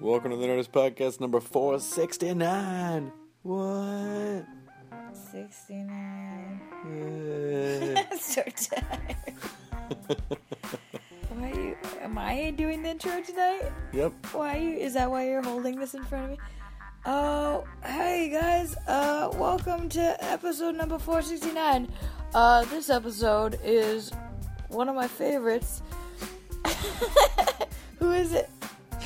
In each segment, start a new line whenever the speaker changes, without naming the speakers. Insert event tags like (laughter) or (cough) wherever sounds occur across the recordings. Welcome to the Nerdist Podcast number 469. What?
69.
Yeah.
I'm (laughs) so tired. why are you, am I doing the intro tonight?
yep.
Why you, is that why you're holding this in front of me? Oh, hey guys, uh, welcome to episode number 469. Uh, this episode is one of my favorites. (laughs) who is it?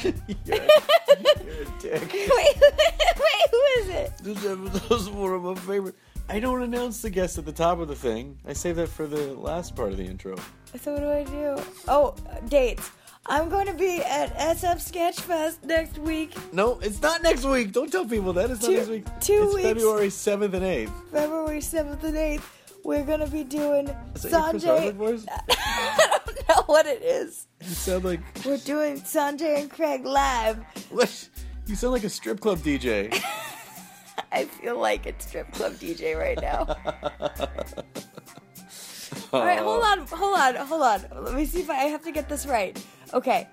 (laughs) Wait, wait, who is it?
This episode's one of my favorite. I don't announce the guest at the top of the thing. I save that for the last part of the intro.
So what do I do? Oh, dates. I'm going to be at SF Sketchfest next week,
No, it's not next week. Don't tell people that. It's not
Two-
next week.
two
it's
weeks.
February 7th and 8th.
February 7th and 8th. We're going to be doing
Is that your Chris Hardwick
Sanjay.
voice?
I don't (laughs) know what it is.
You sound like
We're doing Sanjay and Craig live.
you sound like a strip club DJ.
I feel like a strip club DJ right
(laughs)
now. All right,
Oh.
hold on, hold on, hold on. Let me see if I have to get this right. Okay.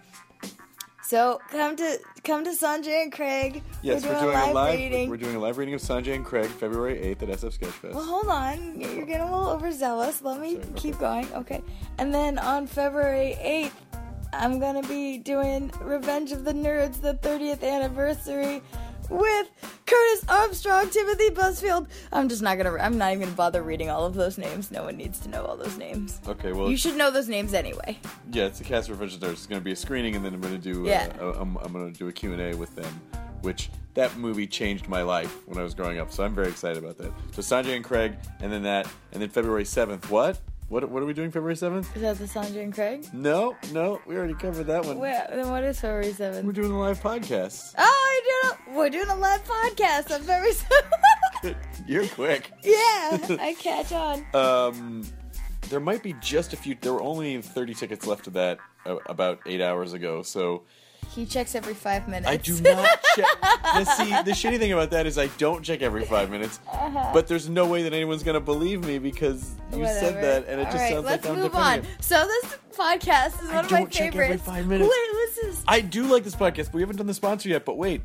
So come to come to Sanjay and Craig.
Yes,
(laughs) we're doing, a live, reading.
We're doing a live reading of Sanjay and Craig, February 8th at SF Sketchfest.
Well, hold on. You're getting a little overzealous. Let me keep going. Okay. And then on February 8th, I'm going to be doing Revenge of the Nerds, the 30th anniversary with Curtis Armstrong, Timothy Busfield. I'm just not going to, I'm not even going to bother reading all of those names. No one needs to know all those names.
Okay, well,
You should know those names anyway.
yeah, it's the cast of Revenge of the Nerds. It's going to be a screening, and then I'm going to do
Yeah.
uh, I'm, I'm going to do a Q&A with them, which that movie changed my life when I was growing up, so I'm very excited about that. So Sanjay and Craig, and then that, and then February 7th. What? What, what are we doing February 7th?
Is that the Sanjay and Craig?
No, no, we already covered that one.
Wait, then what is February
We're
7th?
doing a live podcast. (laughs)
Oh, I do we're doing a live podcast on February 7th.
(laughs) You're quick.
(laughs) yeah, I catch on.
Um, there might be just a few. There were only 30 tickets left of that uh, about eight hours ago. So
He checks every five minutes.
I do not check.
(laughs)
Now, see, the shitty thing about that is I don't check every five minutes.
Uh-huh.
But there's no way that anyone's gonna believe me because you
Whatever.
said that, and it just
All right,
sounds
let's
like I'm
move
defending
on.
it.
So this podcast is
I
one of my
don't check every
favorites.
five minutes.
Wait, what's this?
I do like this podcast, but we haven't done the sponsor yet. But wait,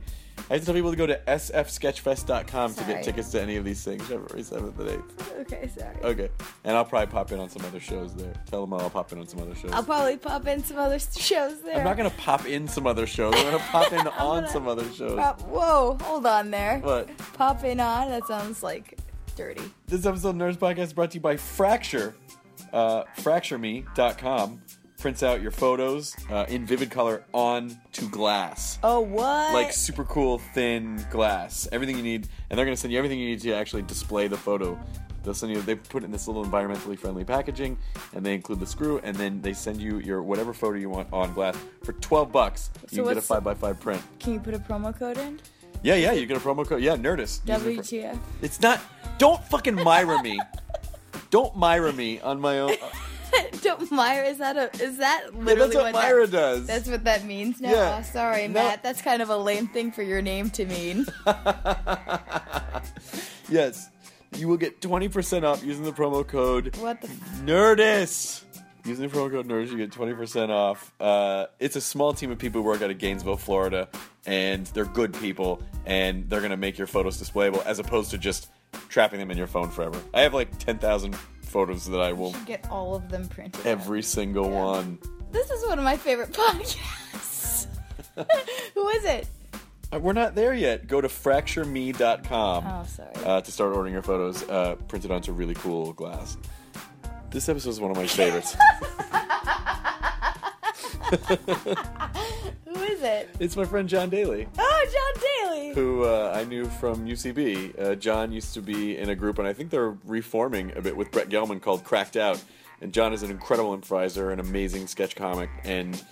I have to tell people to go to sfsketchfest.com to
Sorry.
get tickets to any of these things February 7th and 8th.
Okay, sorry.
Okay. And I'll probably pop in on some other shows there. Tell them I'll pop in on some other shows.
I'll probably pop in some other s- shows there.
I'm not gonna pop in some other shows. I'm gonna pop
(laughs)
in on
gonna
some other shows.
Pop- whoa, hold on there.
But
Pop in on. That sounds like dirty.
this episode of Nerds Podcast is brought to you by Fracture, uh, fractureme.com. Prints out your photos uh, in vivid color on to glass.
Oh what?
Like super cool thin glass. Everything you need, and they're gonna send you everything you need to actually display the photo. They'll send you. They put it in this little environmentally friendly packaging, and they include the screw, and then they send you your whatever photo you want on glass for twelve bucks.
So
You can get a
what's-
five x five print.
Can you put a promo code in?
Yeah, yeah, you get a promo code. Yeah, Nerdist. Use it for-
WTF?
It's not. Don't fucking Myra me. Don't Myra me on my
(laughs)
own.
Don't Myra. Is that a? Is that
Yeah,
literally
that's what
what
Myra
that,
does.
That's what that means now.
Yeah.
Oh, sorry,
No.
Matt. That's kind of a lame thing for your name to mean.
yes, you will get twenty percent off using the promo code
what the?
Nerdist. Using the promo code Nerdist, you get twenty percent off. Uh, it's a small team of people who work out of Gainesville, Florida, and they're good people, and they're gonna make your photos displayable as opposed to just trapping them in your phone forever. I have like ten thousand photos that I will
should get all of them printed. out.
every single one.
(laughs) This is one of my favorite podcasts. (laughs) Who is it?
Uh, We're not there yet. Go to fractureme.com
Oh, sorry.
uh, to start ordering your photos uh, printed onto really cool glass. This episode is one of my favorites.
Who is it?
(laughs) it's my friend John Daly,
Oh, John Daly.
who uh, I knew from UCB. Uh, John used to be in a group, and I think they're reforming a bit with Brett Gelman called Cracked Out. And John is an incredible improviser, an amazing sketch comic, and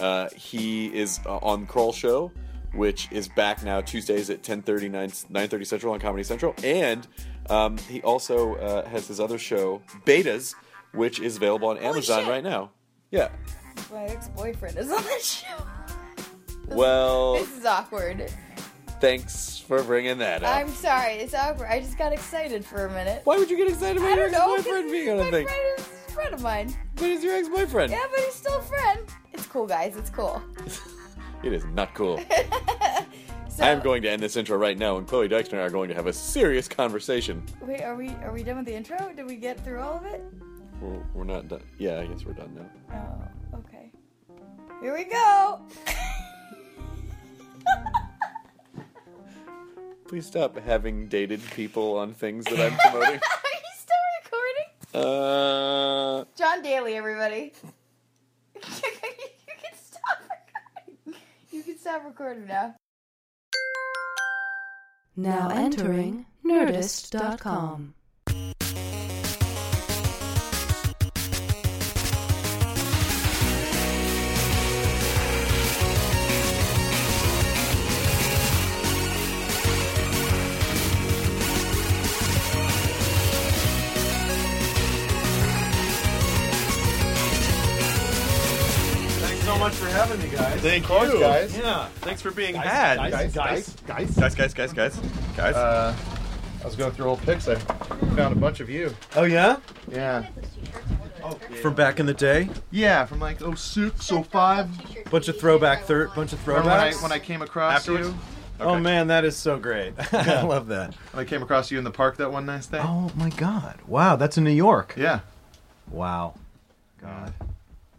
uh, he is uh, on Crawl Show, which is back now Tuesdays at 10:30, 9, 9:30 Central on Comedy Central. And um, he also uh, has his other show, Betas, which is available on Amazon
shit.
right now. Yeah.
My ex-boyfriend is on the (laughs) show.
Well,
This is awkward.
thanks for bringing that up.
I'm sorry. It's awkward. I just got excited for a minute.
Why would you get excited
I
about your
don't know.
ex-boyfriend being on
my
a thing?
friend is a friend of mine.
But he's your ex-boyfriend.
Yeah, but he's still a friend. It's cool, guys. It's cool.
It is not cool.
So,
I am going to end this intro right now, and Chloe Dykes and I are going to have a serious conversation.
Wait, are we are we done with the intro? Did we get through all of it?
We're, we're not done. Yeah, I guess we're done now.
Oh, okay. Here we (laughs) go.
Please stop having dated people on things that I'm promoting.
Are you still
uh,
recording? John Daly, everybody. (laughs) you can stop recording. You can stop recording now.
Now entering Nerdist.com.
Thanks so much for having me, guys.
Thank you, guys. Yeah, thanks for being had.
Guys, guys, guys.
guys, guys, guys, guys, guys.
Uh, I was going through old pics. I found a bunch of you.
oh yeah, Oh,
Yeah.
from back in the day,
Yeah, from like oh six, oh five.
bunch of throwback, thir- bunch of
Remember when I
throwbacks.
when I came across
Afterwards?
you?
Oh man, that is so great. (laughs) I love that.
When I came across you in the park that one nice day.
Oh my God! Wow, that's in New York.
Yeah.
Wow, God,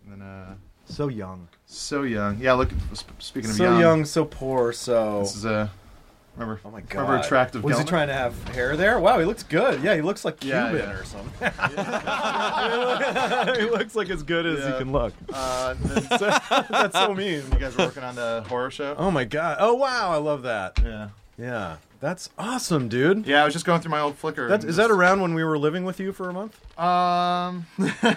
And then, uh,
so young,
so young. Yeah. Look. sp- Speaking of
so
young,
young. so poor, so.
This is a. Uh, remember.
Oh my God.
Remember attractive.
Was he
Gelman?
trying to have hair there? Wow, he looks good. Yeah, he looks like
Yeah,
Cuban
yeah.
or
(laughs)
something. (laughs) he looks like as good as
Yeah.
he can
(laughs)
look.
Uh,
(laughs)
then you
That's so mean.
guys were working on the horror show.
Oh my god. Oh wow, I love that.
Yeah.
Yeah. That's awesome, dude.
Yeah. I was just going through my old Flickr.
That,
and
is that
just-
around when we were living with you for a month?
Um.
(laughs)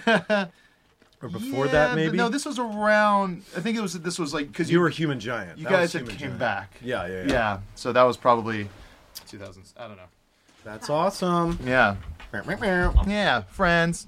Or before
Yeah,
that
but
maybe?
No, this was around. I think it was. This was like because
you
you
were human giant.
you
That was
guys had
human
came
giant.
back.
Yeah, yeah, yeah.
Yeah. So that was probably 2000s. I don't know.
That's awesome.
Yeah. Yeah. Friends.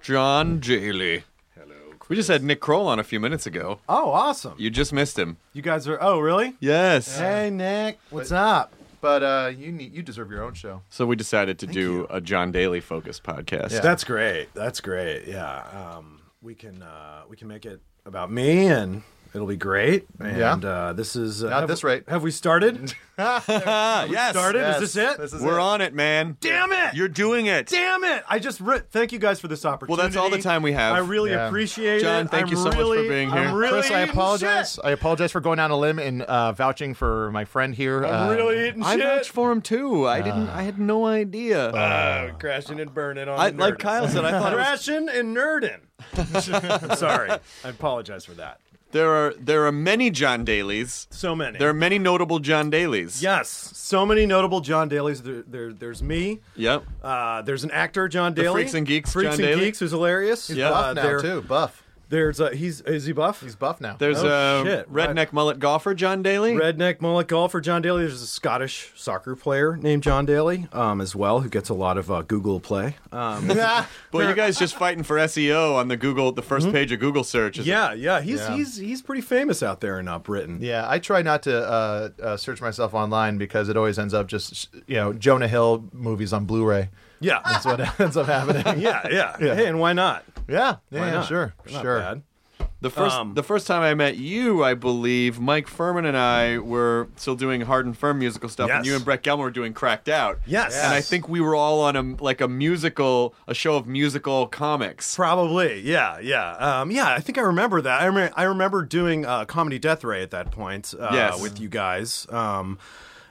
John Daly. Hello. We just had Nick Kroll on a few minutes ago.
Oh, awesome. You,
just missed him.
guys are Oh, really?
Yes.
Hey, Nick. What's up?
But uh, you need you deserve your own show.
So we decided to do a John Daly focused podcast.
That's great. That's great. Yeah. Um, we can uh, we can make it about me and it'll be great. And
Yeah.
uh, this is uh,
Not
have-
this rate.
Have we
(laughs)
started?
Ah, yes.
started?
Yes.
Is this it?
This is
We're
it.
on it, man.
Damn it!
You're doing it.
Damn it! I just re- thank you guys for this opportunity.
that's all the time we have.
I really
Yeah.
appreciate it.
John, thank
I'm
you so much for
really-
being
I'm
here.
really
Chris, I
eating
apologize.
shit.
I apologize for going on a limb and uh, vouching for my friend here.
I'm
Uh,
really eating
I
shit.
vouched for him too. I didn't. I had no idea.
Uh, crashing and burning on.
I,
the
like
Nerdin.
Kyle said, I thought it was-
crashing and nerding.
(laughs)
I'm (laughs) sorry. I apologize for that.
there are there are many John Daly's.
So many.
There are many notable John Daly's.
yes, so many notable John Daly's. There, there there's me.
Yep.
Uh, there's an actor, John Daly.
Freaks and Geeks,
Freaks
John
and
Daly.
Geeks, who's hilarious.
He's
Yeah.
buff
Uh,
now
there-
too. Buff.
There's a he's is he buff?
He's buff now.
There's
Oh,
a
shit.
redneck mullet golfer, John Daly.
redneck mullet golfer John Daly. There's a Scottish soccer player named John Daly um, as well, who gets a lot of uh, Google play. Um,
(laughs)
Boy, you guys just fighting for
E
SEO on the Google, the 1st page of Google search. is-
Mm-hmm. yeah, yeah, he's
Yeah.
he's he's pretty famous out there in uh, Britain.
Yeah, I try not to uh, uh, search myself online because it always ends up just you know Jonah Hill movies on Blu-ray. (laughs)
Yeah, (laughs)
That's what ends up happening.
yeah, yeah,
Yeah.
Hey, and why not?
yeah, yeah,
Why not?
sure,
Not
sure.
bad.
The first
Um,
the first time I met you, I believe Mike Furman and I were still doing hard and firm musical stuff, and
Yes.
you and Brett Gelman were doing Cracked Out.
Yes.
and I think we were all on a like a musical, a show of musical comics.
Probably, yeah, yeah, um, yeah. I think I remember that. I, remember I remember doing uh, comedy Death Ray at that point uh,
Yes.
with you guys, um,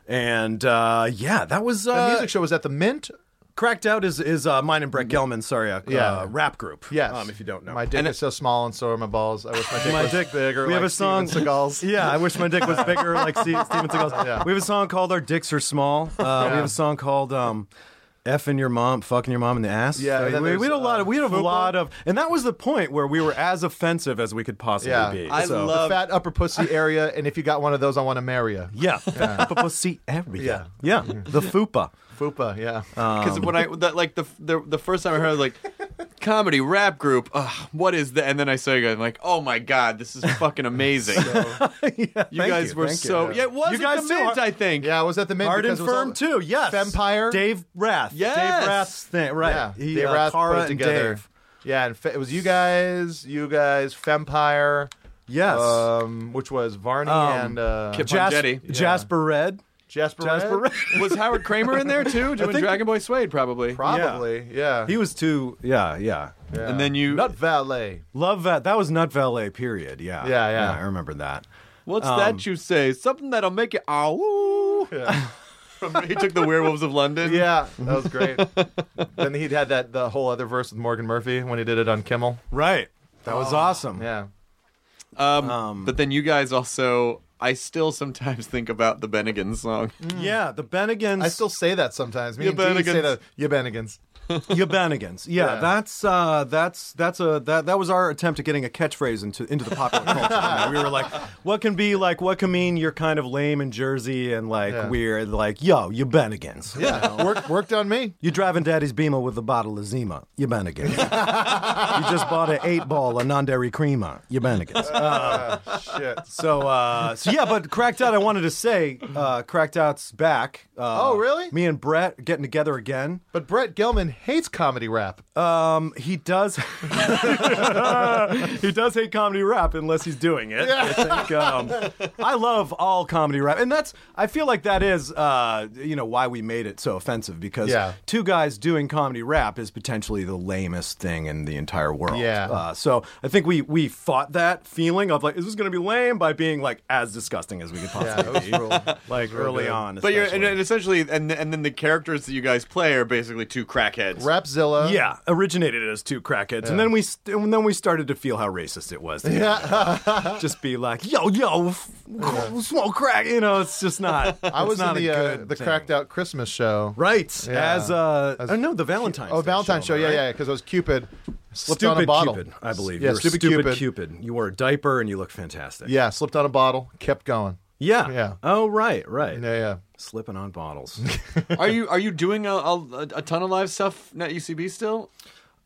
and uh, yeah, that was
The
uh,
music show was at the Mint.
Cracked Out is is uh, mine and Brett Gelman. Sorry, uh,
Yeah.
uh, rap group.
Yes.
um, if you don't know,
my dick is so small and so are my balls. I wish my dick
My
was
dick-
bigger.
we have
like
a song-
Steven
(laughs)
Seagal's.
Yeah, I wish my dick was bigger like Ste- Steven Seagal's.
(laughs) Yeah.
We have a song called "Our Dicks Are Small." Uh, We have a song called um, "Effing Your Mom, Fucking Your Mom in the Ass."
Yeah,
So
and then
we, we had a
there's,
lot of we had a
Fupa.
lot of, and that was the point where we were as offensive as we could possibly
Yeah.
be.
I
so.
love
Fat upper pussy area, and if you got one of those, I want to marry you.
(laughs)
(laughs)
Yeah, Fupa pussy area. Yeah, the fupa.
(laughs) Fupa, yeah.
because when I that, like the, the the first time I heard I was like comedy rap group, ugh, what is that? And then I saw you guys, I'm like, oh my god, this is fucking amazing.
(laughs)
you
thank
guys
you,
were
thank you.
so yeah, it was
You
at
guys
the
too
mint,
are-
I think.
yeah, I was at the Mint.
Hard and
because it was
firm
all-
too. Yes,
Vampire.
Dave Rath.
Yes.
Dave Rath's thing. Right.
Yeah,
He,
they
uh,
Rath
Cara
put
and
together.
Dave.
Yeah, and fe- it was you guys, you guys, Fempire,
Yes. Um,
um, which was Varney and uh,
Kip-
Jas-
Pongetti. Yeah.
Jasper Red.
Jasper.
Jasper
Red?
Red. (laughs)
was Howard Kramer in there too doing
think-
Dragon Boy Suede probably?
Probably, yeah.
He was too. Yeah, yeah.
And then you
(laughs)
Nut Valet.
Love that. That was Nut Valet. Period. Yeah.
Yeah, yeah.
I remember that.
What's
um,
that you say? Something that'll make you ow. (laughs) From- he took the werewolves of London.
Yeah, that was great. then he'd had that the whole other verse with Morgan Murphy when he did it on Kimmel.
Right. That was awesome.
Yeah.
Um, but then you guys also. I still sometimes think about the Bennigan song.
Mm. Yeah. The Bennigan's.
I still say that sometimes. Me
You
and Dee say
Bennigans.
that. You Bennigans.
your (laughs) Bennigans. Yeah,
Yeah.
That's uh. That's that's a that that was our attempt at getting a catchphrase into into the
(laughs)
popular culture. You know, we were like, what can be like? What can mean you're kind of lame and Jersey and like
Yeah.
weird? Like, yo, you Bennigans.
Yeah, (laughs) worked worked on me.
You driving daddy's Beamer with a bottle of Zima. You Bennigans.
(laughs)
you just bought an eight ball of non dairy crema. You Bennigans.
Shit.
So, uh, so yeah, but Cracked Out, I wanted to say, uh, Cracked Out's back. Uh,
Oh, really?
Me and Brett getting together again.
But Brett Gelman hates comedy rap. Uh,
Um, he does, (laughs) he does hate comedy rap unless he's doing it. I think, um, I love all comedy rap, and that's I feel like that is, uh, you know, why we made it so offensive because
Yeah.
two guys doing comedy rap is potentially the lamest thing in the entire world.
Yeah.
Uh, so I think we we fought that feeling of like, is this going to be lame by being like as disgusting as we could
Yeah, it
possibly
was
be,
real-
(laughs) like early
good.
on.
But you're and,
especially.
and essentially, and and then the characters that you guys play are basically two crackheads.
Rapzilla.
yeah, originated as two crackheads, and then we st- and then we started to feel how racist it was. Yeah, just be like, yo, yo, f- smoke crack. You know, it's just not.
(laughs) I was
it's
in
not
the
a
uh,
good
the
thing.
cracked out Christmas show.
right
Yeah.
as uh
As-
oh, no the Valentine's
Oh,
Day
Valentine's show. Yeah,
right?
yeah, because it was Cupid. Slipped
Stupid
on a bottle.
Cupid, I believe.
Yeah,
You were
stupid, Cupid.
You wore a diaper and you look fantastic.
Yeah, slipped on a bottle. Kept going.
yeah,
Yeah.
Oh, right, right.
Yeah, yeah.
Slipping on bottles.
(laughs)
Are you are you doing a, a, a ton of live stuff at UCB still?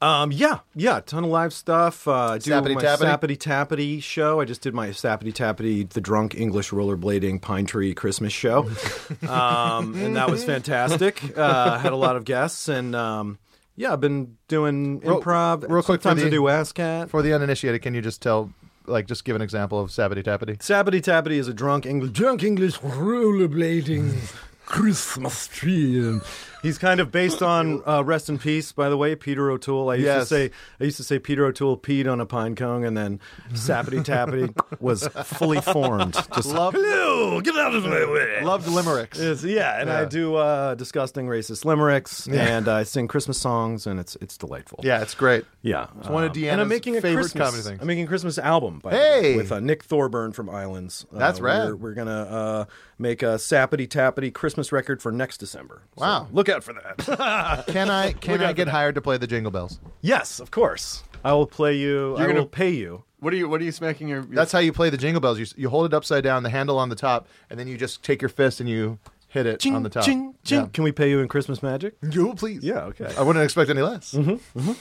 Um, yeah, yeah, ton of live stuff. Uh, I do
Sappity
my
tappity?
Sappity Tappity show. I just did my Sappity Tappity, the drunk English rollerblading pine tree Christmas show,
(laughs)
um, and that was fantastic. Uh, I had a lot of guests, and um, yeah, I've been doing
Real-
improv.
real quick for
sometimes
the-
I do ASCAT.
For the uninitiated, can you just tell, like, just give an example of Sabbity Tappity?
Sappity Tappity is a drunk English drunk English rollerblading (laughs) Christmas tree. He's kind of based on uh, rest in peace, by the way, Peter O'Toole. I used to
Yes.
say I used to say Peter O'Toole peed on a pine cone, and then Sappity Tappity was fully formed. Just
Love-
hello, get out of my way.
Loved limericks.
Yes, yeah, and I do uh, disgusting racist limericks, and I sing Christmas songs, and it's it's delightful.
Yeah, it's great.
Yeah,
It's one of
um,
Deanna's
and I'm making a
favorite
Christmas,
comedy things.
I'm making a Christmas album. By the
Hey!
way, with uh, Nick Thorburn from Islands. Uh,
That's rad.
We're, we're gonna uh, make a sappity tappity Christmas record for next December. So
Wow.
look out for (laughs) that.
Can I can
Look
I
out
get
for that.
hired to play the Jingle Bells?
yes, of course. I will play you. I
gonna-
will pay you.
What are you what are you smacking your? your
That's how you play the Jingle Bells. You, s- you hold it upside down, the handle on the top, and then you just take your fist and you hit it on the top.
Ching, ching. Can we pay you in Christmas magic?
Yeah. You please.
Yeah, (laughs) okay.
I wouldn't expect any less.
Mm-hmm.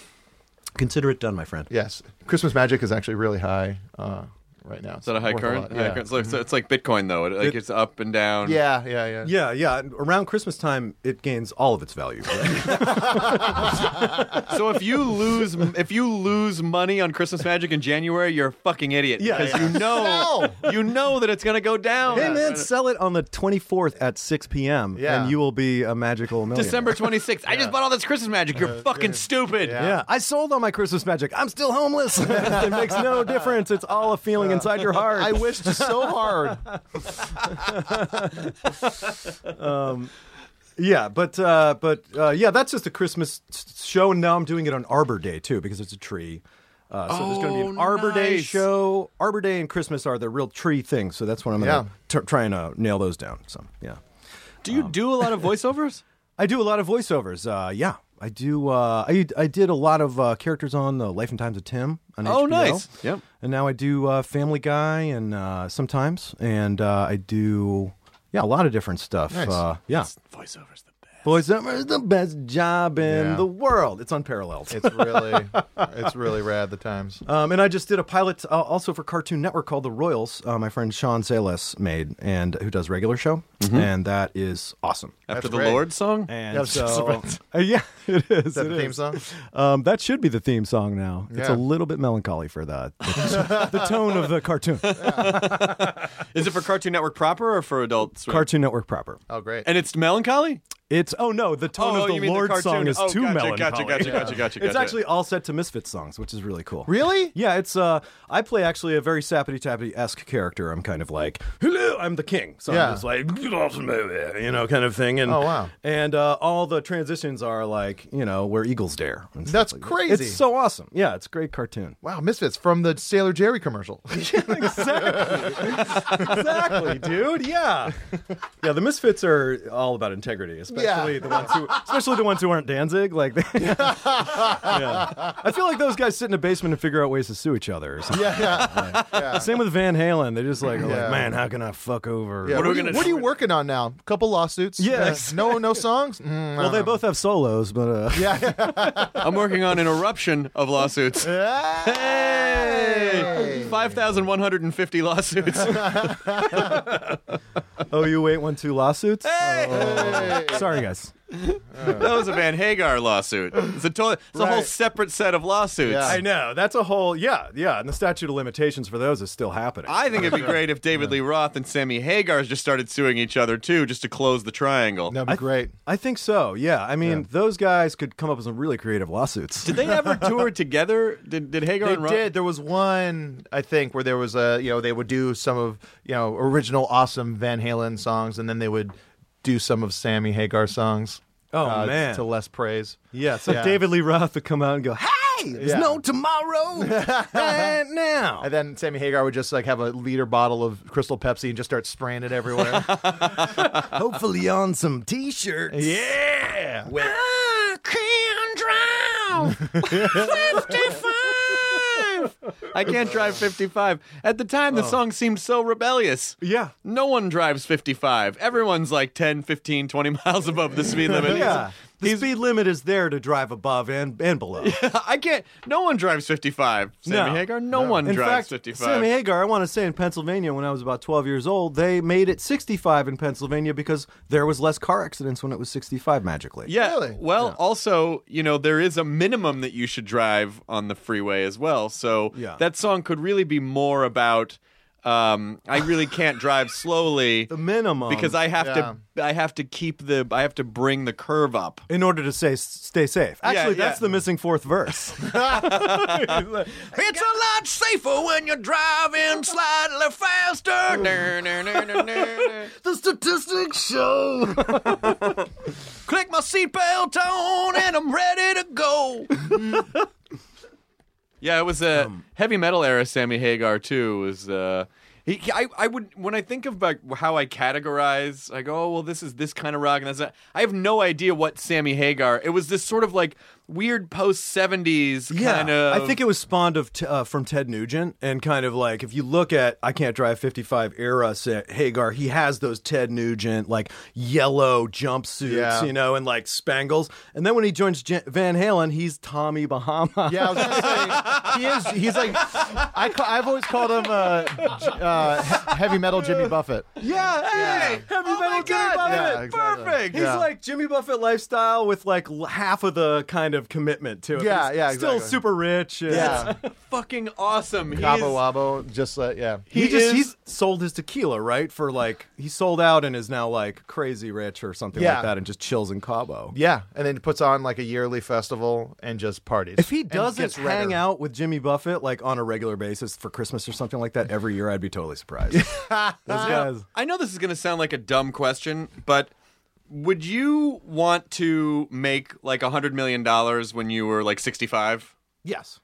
Consider it done, my friend.
Yes, Christmas magic is actually really high. Uh, right now.
Is that a high current? High
yeah.
current. So, so it's like Bitcoin though. It, like it's up and down.
yeah, yeah, yeah.
Yeah, yeah. Around Christmas time, it gains all of its value.
So if you lose if you lose money on Christmas magic in January, you're a fucking
(laughs)
idiot.
Yeah,
because
yeah.
you
(laughs)
know
Oh!
(laughs) you know that it's gonna go down.
hey, man, sell it on the 24th at 6 p.m.
Yeah.
and you will be a magical millionaire.
December 26th. I just bought all this Christmas magic. You're fucking stupid.
Yeah. I sold all my Christmas magic. I'm still homeless. (laughs) it makes no difference. It's all a feeling inside your heart.
I wished
(laughs)
so hard.
Um, yeah, but uh, but uh, yeah, that's just a Christmas s- show, and now I'm doing it on Arbor Day too because it's a tree. Uh, so there's going to be an
Oh,
Arbor Day
nice.
show. Arbor Day and Christmas are the real tree things, so that's what I'm going to trying to uh, nail those down. So yeah.
Do you do a lot of voiceovers?
I do a lot of voiceovers. Uh, yeah, I do. Uh, I I did a lot of uh, characters on the Life and Times of Tim. On
Oh,
HBO.
nice. Yep.
And now I do uh, Family Guy and uh, sometimes, and uh, I do yeah a lot of different stuff. Uh, yeah,
Voiceovers the best.
voiceover is the best job in
Yeah.
the world. It's unparalleled.
It's
(laughs)
really, it's really rad. The times.
Uh,
Um, and I just did a pilot uh, also for Cartoon Network called The Royals. Uh, my friend Sean Zales made and who does regular show, and that is awesome.
After
That's
the
great.
Lord song?
And
Yeah,
so, (laughs) Uh, yeah, it is.
Is that
it
the
is.
theme song?
Um, that should be the theme song now. It's a
Yeah.
little bit melancholy for the the, the tone of the cartoon
Is it for Cartoon Network proper or for Adult Swim?
Cartoon Network proper.
Oh, great.
And it's melancholy?
It's oh no, the tone
Oh,
of the
you mean the
Lord
cartoon-
song is
oh,
too
gotcha,
melancholy.
gotcha, gotcha, gotcha, gotcha,
It's
gotcha.
actually all set to Misfits songs, which is really cool.
really?
Yeah, it's uh, I play actually a very sappity tappity esque character. I'm kind of like, hello, I'm the king. So
Yeah.
I'm just like, get off me, you know, kind of thing. And
Oh, wow.
and uh, all the transitions are like, you know, where eagles dare. and stuff
That's
like that.
crazy.
It's so awesome. Yeah, it's a great cartoon.
Wow, Misfits from the Sailor
(laughs)
Jerry commercial. (laughs)
exactly, dude. Yeah, yeah. The Misfits are all about integrity, especially
Yeah.
the ones who, especially the ones who aren't Danzig. Like, (laughs) they, yeah. I feel like those guys sit in a basement and figure out ways to sue each other. Or something.
yeah, yeah.
Same with Van Halen. They're just like, are
Yeah.
like, man, how can I fuck over?
yeah. What,
are
are
we
you,
gonna
what are you
do?
working on now? Couple lawsuits.
Yeah,
Uh,
exactly.
no, no songs. Mm,
Well, they both have solos, but uh, (laughs) yeah,
I'm working on an eruption of lawsuits. (laughs) Hey! 5,150 lawsuits.
(laughs)
oh, you wait, one, two lawsuits.
Hey!
Sorry, guys.
That was a Van Hagar lawsuit. It's a, to- it's a whole
Right.
separate set of lawsuits.
Yeah.
I know that's a whole yeah, yeah, and the statute of limitations for those is still happening.
I think it'd be great if David Lee Roth and Sammy Hagar just started suing each other too, just to close the triangle.
That'd be great.
I think so. Yeah, I mean, those guys could come up with some really creative lawsuits.
Did they ever tour together? Did, did Hagar
They
and Roth?
did. There was one, I think, where there was a, you know, they would do some of, you know, original awesome Van Halen songs, and then they would do some of Sammy Hagar songs. uh,
Oh, man.
To less praise.
Yeah, so
Yeah.
David Lee Roth would come out and go, "Hey, there's
Yeah.
no
(laughs)
tomorrow, right now."
And then Sammy Hagar would just like have a liter bottle of Crystal Pepsi and just start spraying
(laughs)
it everywhere.
Hopefully on some t-shirts. Yeah. I can
(laughs)
drown.
55! I can't drive 55. At the time, the song seemed so rebellious.
Oh. Yeah.
No one drives 55. Everyone's like 10, 15, 20 miles above
(laughs)
the speed limit.
Yeah. The speed limit is there to drive above and, and below.
(laughs) I can't. No one drives 55. Sammy
No.
Hagar, no, one
In
drives
fact,
55.
Sammy Hagar, I want to say in Pennsylvania when I was about 12 years old, they made it 65 in Pennsylvania because there was less car accidents when it was 65 magically.
yeah.
Really?
Well, also, you know, there is a minimum that you should drive on the freeway as well. So
Yeah.
that song could really be more about um, I really can't (laughs) drive slowly.
The minimum
because I have to I have to keep the I have to bring the curve up.
in order to say stay safe. Actually,
yeah.
that's the missing fourth
(laughs)
verse.
It's a lot safer when you're driving slightly (laughs) faster.
the statistics show.
Click my seatbelt on and I'm ready to go. yeah, it was a
Um,
heavy metal era. Sammy Hagar too was. Uh, he, he- I, I would when I think of like, how I categorize, I go, oh well, this is this kind of rock, and that's that. I have no idea what Sammy Hagar. It was this sort of like weird post seventies kind of.
I think it was spawned of t- uh, from Ted Nugent and kind of like if you look at I Can't Drive 55 era say, Hagar, he has those Ted Nugent like yellow jumpsuits,
Yeah.
you know, and like spangles. And then when he joins Jan- Van Halen, he's Tommy Bahama.
Yeah, I was gonna say he is. He's like, I ca- I've always called him uh, j- uh, he- heavy metal Jimmy Buffett.
(laughs) Yeah, hey, heavy
Oh my
metal Jimmy
God,
Buffett.
Yeah, exactly.
Perfect.
He's
Yeah.
like Jimmy Buffett lifestyle with like l- half of the kind of commitment to it.
Yeah,
He's
yeah,
Still
exactly.
super rich. and-
Yeah,
fucking awesome. He
Cabo
is-
Wabo, just like yeah.
He,
He
just
is-
he's sold his tequila, right? For like he sold out and is now like crazy rich or something
Yeah.
like that and just chills in Cabo.
Yeah, and then he puts on like a yearly festival and just parties.
If he
And
doesn't
gets
hang
redder.
out with Jimmy Buffett like on a regular basis for Christmas or something like that every year, I'd be totally (laughs) surprised. Those
(laughs)
guys.
I know this is going to sound like a dumb question, but would you want to make like a hundred million dollars when you were like sixty-five?
Yes.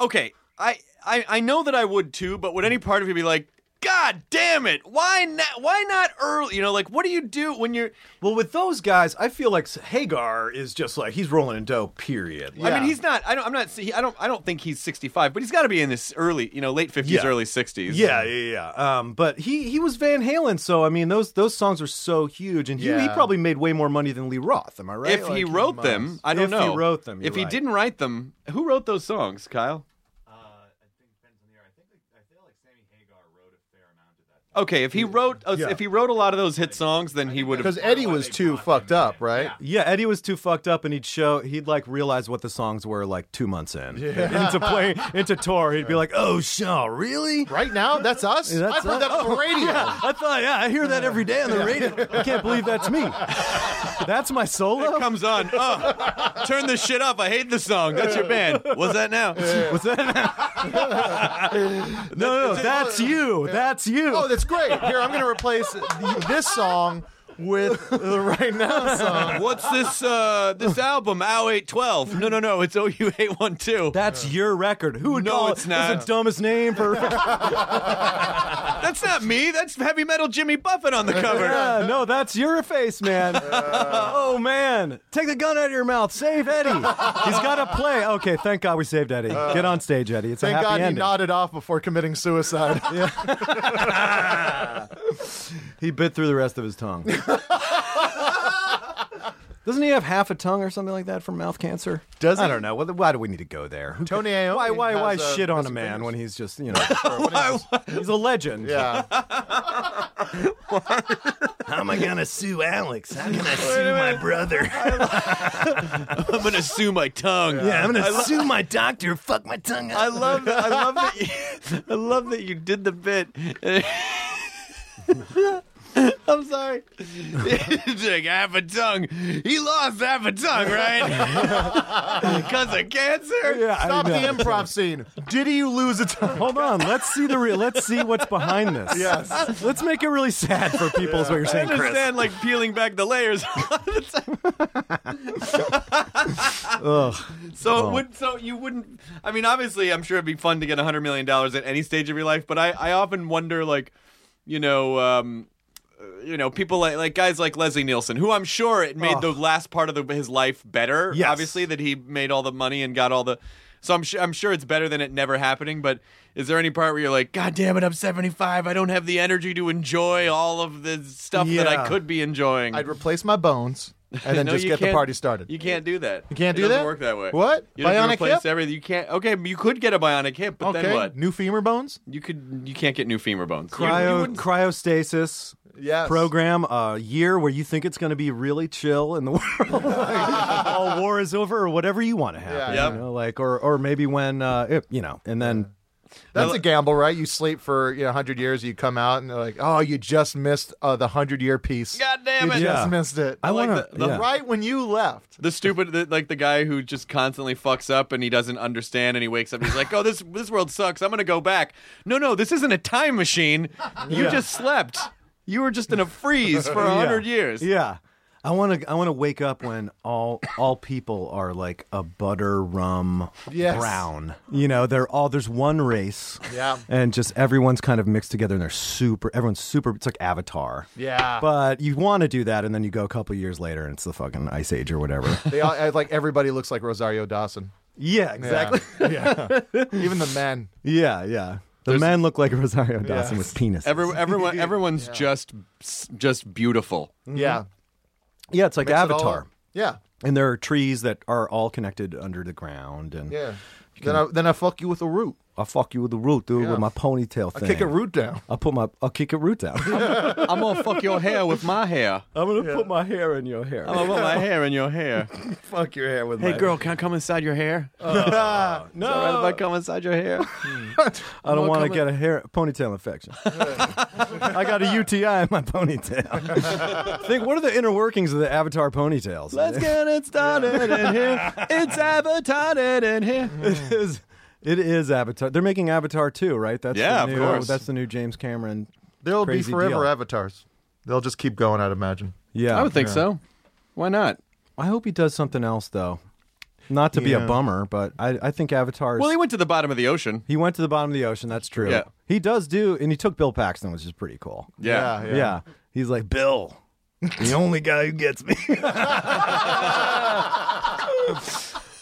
Okay, I, I I know that I would too, but would any part of you be like, God damn it, why not? Why not early? You know, like what do you do when you're?
Well, with those guys, I feel like Hagar is just like he's rolling in dough. Period.
I mean, he's not. I don't. I'm not. he- I don't. I don't think he's 65, but he's got to be in this early, you know, late 50s,
Yeah.
early 60s.
Yeah, yeah, yeah. Um, but he he was Van Halen, so I mean those those songs are so huge, and he, he
Yeah.
probably made way more money than Lee Roth. Am I right?
If he
Like,
wrote them, I don't
If he
know.
wrote them, you're
if he
right.
didn't write them, who wrote those songs, Kyle? Okay, if he wrote uh,
Yeah.
if he wrote a lot of those hit songs, then he would have.
because Eddie was too fucked up, right?
Yeah, Eddie was too fucked up, and he'd show he'd like realize what the songs were like two months in into playing into tour. He'd be like, "Oh, Shaw, really?
Right now, that's us.
Yeah, that's
I've heard
us.
that on the radio.
I thought, (laughs) yeah, I hear that every day on the radio. I can't believe that's me. That's my solo.
(laughs) comes on. Oh, turn this shit up. I hate this song. That's your band. What's that
(laughs)
now?
What's that? no, no, that's you. That's you.
Oh, that's great. Here, I'm going to replace th- this song with
uh,
the right now song.
What's this uh this album? OU eight twelve. No, no, no. It's OU eight one two.
That's your record. Who would
No,
call
it's
it? That's
not.
the dumbest name for.
That's not me. That's heavy metal Jimmy Buffett on the cover.
Yeah, no, that's your face,
(laughs)
man. oh man, take the gun out of your mouth. Save Eddie. He's got to play. Okay, thank God we saved Eddie. Get on stage, Eddie. It's a
Uh, Thank
happy
God he
ending.
nodded off before
(laughs)
committing suicide.
He bit through the rest of his
(laughs)
tongue. Doesn't he have half a tongue or something like that from mouth cancer? Does I don't know. Why, why do we need to go there? Who
Tony
ca- Why
Iommi
why why
has, uh,
shit on
has
a
a
man
penis.
when he's just
(laughs)
you know? he's a legend.
Yeah.
How am I gonna sue Alex? How can I sue my brother?
I'm gonna sue my tongue.
Yeah, I'm gonna sue my doctor. Fuck my tongue.
I love that. I love that. You, I love that you did the bit. (laughs) I'm sorry. It's like half a tongue. He lost half a tongue, right? Because of cancer.
yeah,
Stop the improv scene. Did you lose a time?
Hold on. Let's see the real. Let's see what's behind this. Yes. Let's make it really sad for people. Is what you're
I
saying, Chris?
understand, like peeling back the layers. (laughs) a lot of the time. So it would so you wouldn't. I mean, obviously, I'm sure it'd be fun to get 100 million dollars at any stage of your life. But I, I often wonder, like, you know, um, uh, you know, people like like guys like Leslie Nielsen, who I'm sure it made the last part of the, his life better.
Yes.
Obviously, that he made all the money and got all the. So I'm sure I'm sure it's better than it never happening. But is there any part where you're like, God damn it, I'm 75, I don't have the energy to enjoy all of the stuff that I
Yeah.
could be enjoying.
I'd replace my bones and then
No,
just
you
get the
can't-
party started.
You can't do that. You
can't
it
do
doesn't
that?
Work that way.
What?
You have to
Bionic
replace
hip?
everything. You can't. Okay, you could get a bionic hip, but
okay.
then what?
New femur bones?
You could. You can't get new femur bones. You- you
Cryo,
wouldn't-
cryostasis
Yes.
program. A year where you think it's going to be really chill in the (laughs) world. Like, all war is over, or whatever you want to have.
Yeah.
you
Yep.
know, like or or maybe when uh, it- you know, and then
That's a gamble, right? You sleep for you know, 100 years, you come out and they're like, oh, you just missed uh, the 100 year piece.
God damn
you
it!
just
Yeah.
missed it.
I
like
want to.
the- the
yeah.
Right when you left.
The stupid, the, like the guy who just constantly fucks up and he doesn't understand, and he wakes up and he's like, "Oh, this this world sucks. I'm gonna go back." No, no, this isn't a time machine. You
Yeah.
just slept. You were just in a freeze for a
Yeah.
hundred years.
Yeah. I want to. I want to wake up when all all people are like a butter rum
Yes.
brown. You know, they're all there's one race.
Yeah.
and just everyone's kind of mixed together, and they're super. Everyone's super. It's like Avatar.
Yeah.
but you want to do that, and then you go a couple years later, and it's the fucking Ice Age or
(laughs)
whatever.
They all, I- like everybody looks like
(laughs)
Rosario Dawson.
Yeah, exactly.
Yeah. Even the men.
yeah, yeah. The men look like Rosario Dawson
Yeah.
with penis.
Every,
(laughs)
everyone, everyone's just just beautiful.
Mm-hmm.
Yeah.
yeah, it's like
Mix it all
Avatar.
up. yeah.
and there are trees that are all connected under the ground, and
Yeah. Then I, then I fuck you with a root.
I'll fuck you with the root, dude,
Yeah.
with my ponytail
I
thing.
kick a
(laughs)
root down.
I'll put my I'll kick a root (laughs) down.
I'm gonna fuck your hair with my hair.
I'm gonna put my hair in your hair.
I'm gonna put my hair in your hair.
Fuck your hair with
Hey girl, can I come inside
(laughs)
your hair?
Oh,
(laughs)
no,
Is it all right if I come inside
(laughs)
your hair? (laughs)
I don't want to get a hair ponytail infection. I got a UTI in my
(laughs)
ponytail. Think, what are the inner workings of the Avatar ponytails?
Let's get it started in here.
(laughs)
It's advertised in here.
it is. It is Avatar. They're making Avatar too, right? That's
Yeah,
the
of
new,
course.
That's the new James Cameron.
There'll
Crazy
be forever
deal.
avatars. They'll just keep going, I'd imagine.
Yeah,
I would think so. Why not?
I hope he does something else though. Not to be a
Yeah.
bummer, but I, I think Avatar. Is,
Well, he went to the bottom of the ocean.
he went to the bottom of the ocean. That's true.
Yeah.
He does do, and he took Bill Paxton, which is pretty cool.
Yeah.
Yeah. He's like, Bill, the only guy who gets me. (laughs)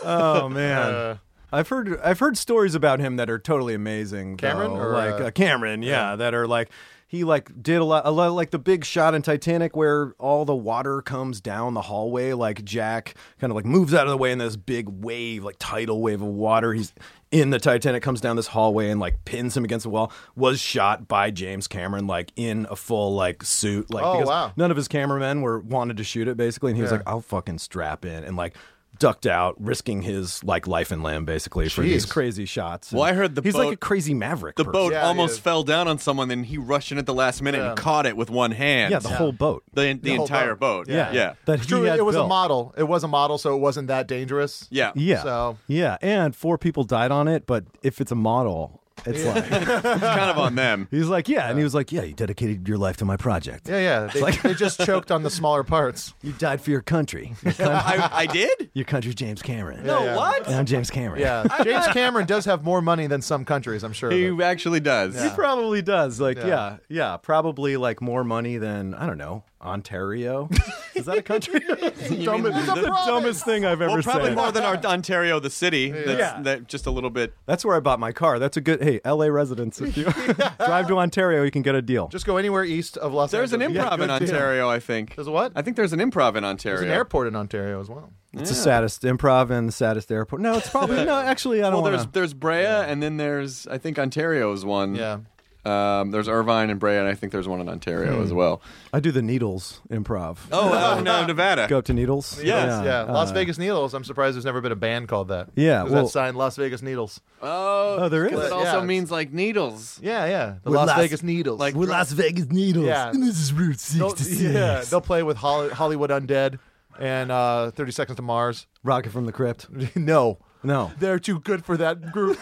oh man.
Uh.
I've heard I've heard stories about him that are totally amazing.
Cameron
though.
or,
like
uh,
uh, Cameron, yeah, that are like he like did a lot, a lot like the big shot in Titanic where all the water comes down the hallway like Jack kind of like moves out of the way in this big wave like tidal wave of water he's in the Titanic comes down this hallway and like pins him against the wall was shot by James Cameron like in a full like suit like
Oh,
because
wow.
none of his cameramen were wanted to shoot it basically and he was
Yeah.
like I'll fucking strap in and like ducked out risking his like life and limb basically for these
Jeez.
crazy shots
Well, I
And
heard the
he's like
boat-
a crazy maverick
The
person.
boat
Yeah, he
almost
is.
fell down on someone, and he rushed in at the last minute and caught it with one hand.
yeah the whole boat
the, the,
whole
entire boat.
boat.
yeah
yeah,
that
It's
he
true.
had
It was a
built.
model. It was a model, so it wasn't that dangerous.
yeah.
(laughs) yeah
So-
yeah and four people died on it but if it's a model it's
(laughs)
like
It's kind of
(laughs)
on them.
he's like yeah and he was like yeah you dedicated your life to my project
(laughs) Yeah, yeah. They, they just choked on the smaller (laughs) parts.
you died for your country
(laughs)
your, coun-
(laughs) I, I did.
your country James Cameron
No,
yeah.
what?
and I'm James Cameron
Yeah. James Cameron does have more money than some countries, I'm sure. of it.
He actually
(laughs)
does.
He probably does. Like, yeah.
Yeah.
yeah, probably like more money than I don't know Ontario. Is that a
(laughs)
country? It's the dumbest,
It's a
the
province.
dumbest thing I've ever
Well, probably
said.
more than our Ontario, the city. That's,
Yeah.
that just a little bit.
That's where I bought my car. That's a good. Hey, L.A. residents, if you
(laughs)
(laughs) drive to Ontario, you can get a deal.
Just go anywhere east of Los
There's an
Angeles.
improv in Ontario, I think.
There's a what?
I think there's an improv in Ontario.
There's an airport in Ontario as well.
it's the saddest improv and the saddest airport. No, it's probably no. Actually, I
Well,
don't
there's
want to.
there's Brea, and then there's I think Ontario's one.
Yeah.
Um, there's Irvine and Brea, and I think there's one in Ontario as well.
I do the Needles improv.
Oh, out in uh, Nevada.
Go up to Needles.
Yes,
Yeah, Las
uh,
Vegas Needles. I'm surprised there's never been a band called that.
Yeah,
'Cause
well-
that sign Las Vegas Needles.
Oh,
Oh, there
'cause
is.
It
Yeah,
also
it's-
means like needles.
Yeah, yeah. The
With
Las,
Las-
Vegas Needles.
like-
We're Las Vegas Needles.
Yeah.
And this is Route
They'll-
66.
(laughs) yeah, they'll play with Holly, Hollywood Undead and uh, 30 Seconds to Mars. (laughs)
Rocket from the Crypt.
no,
No.
they're too good for that (laughs) group.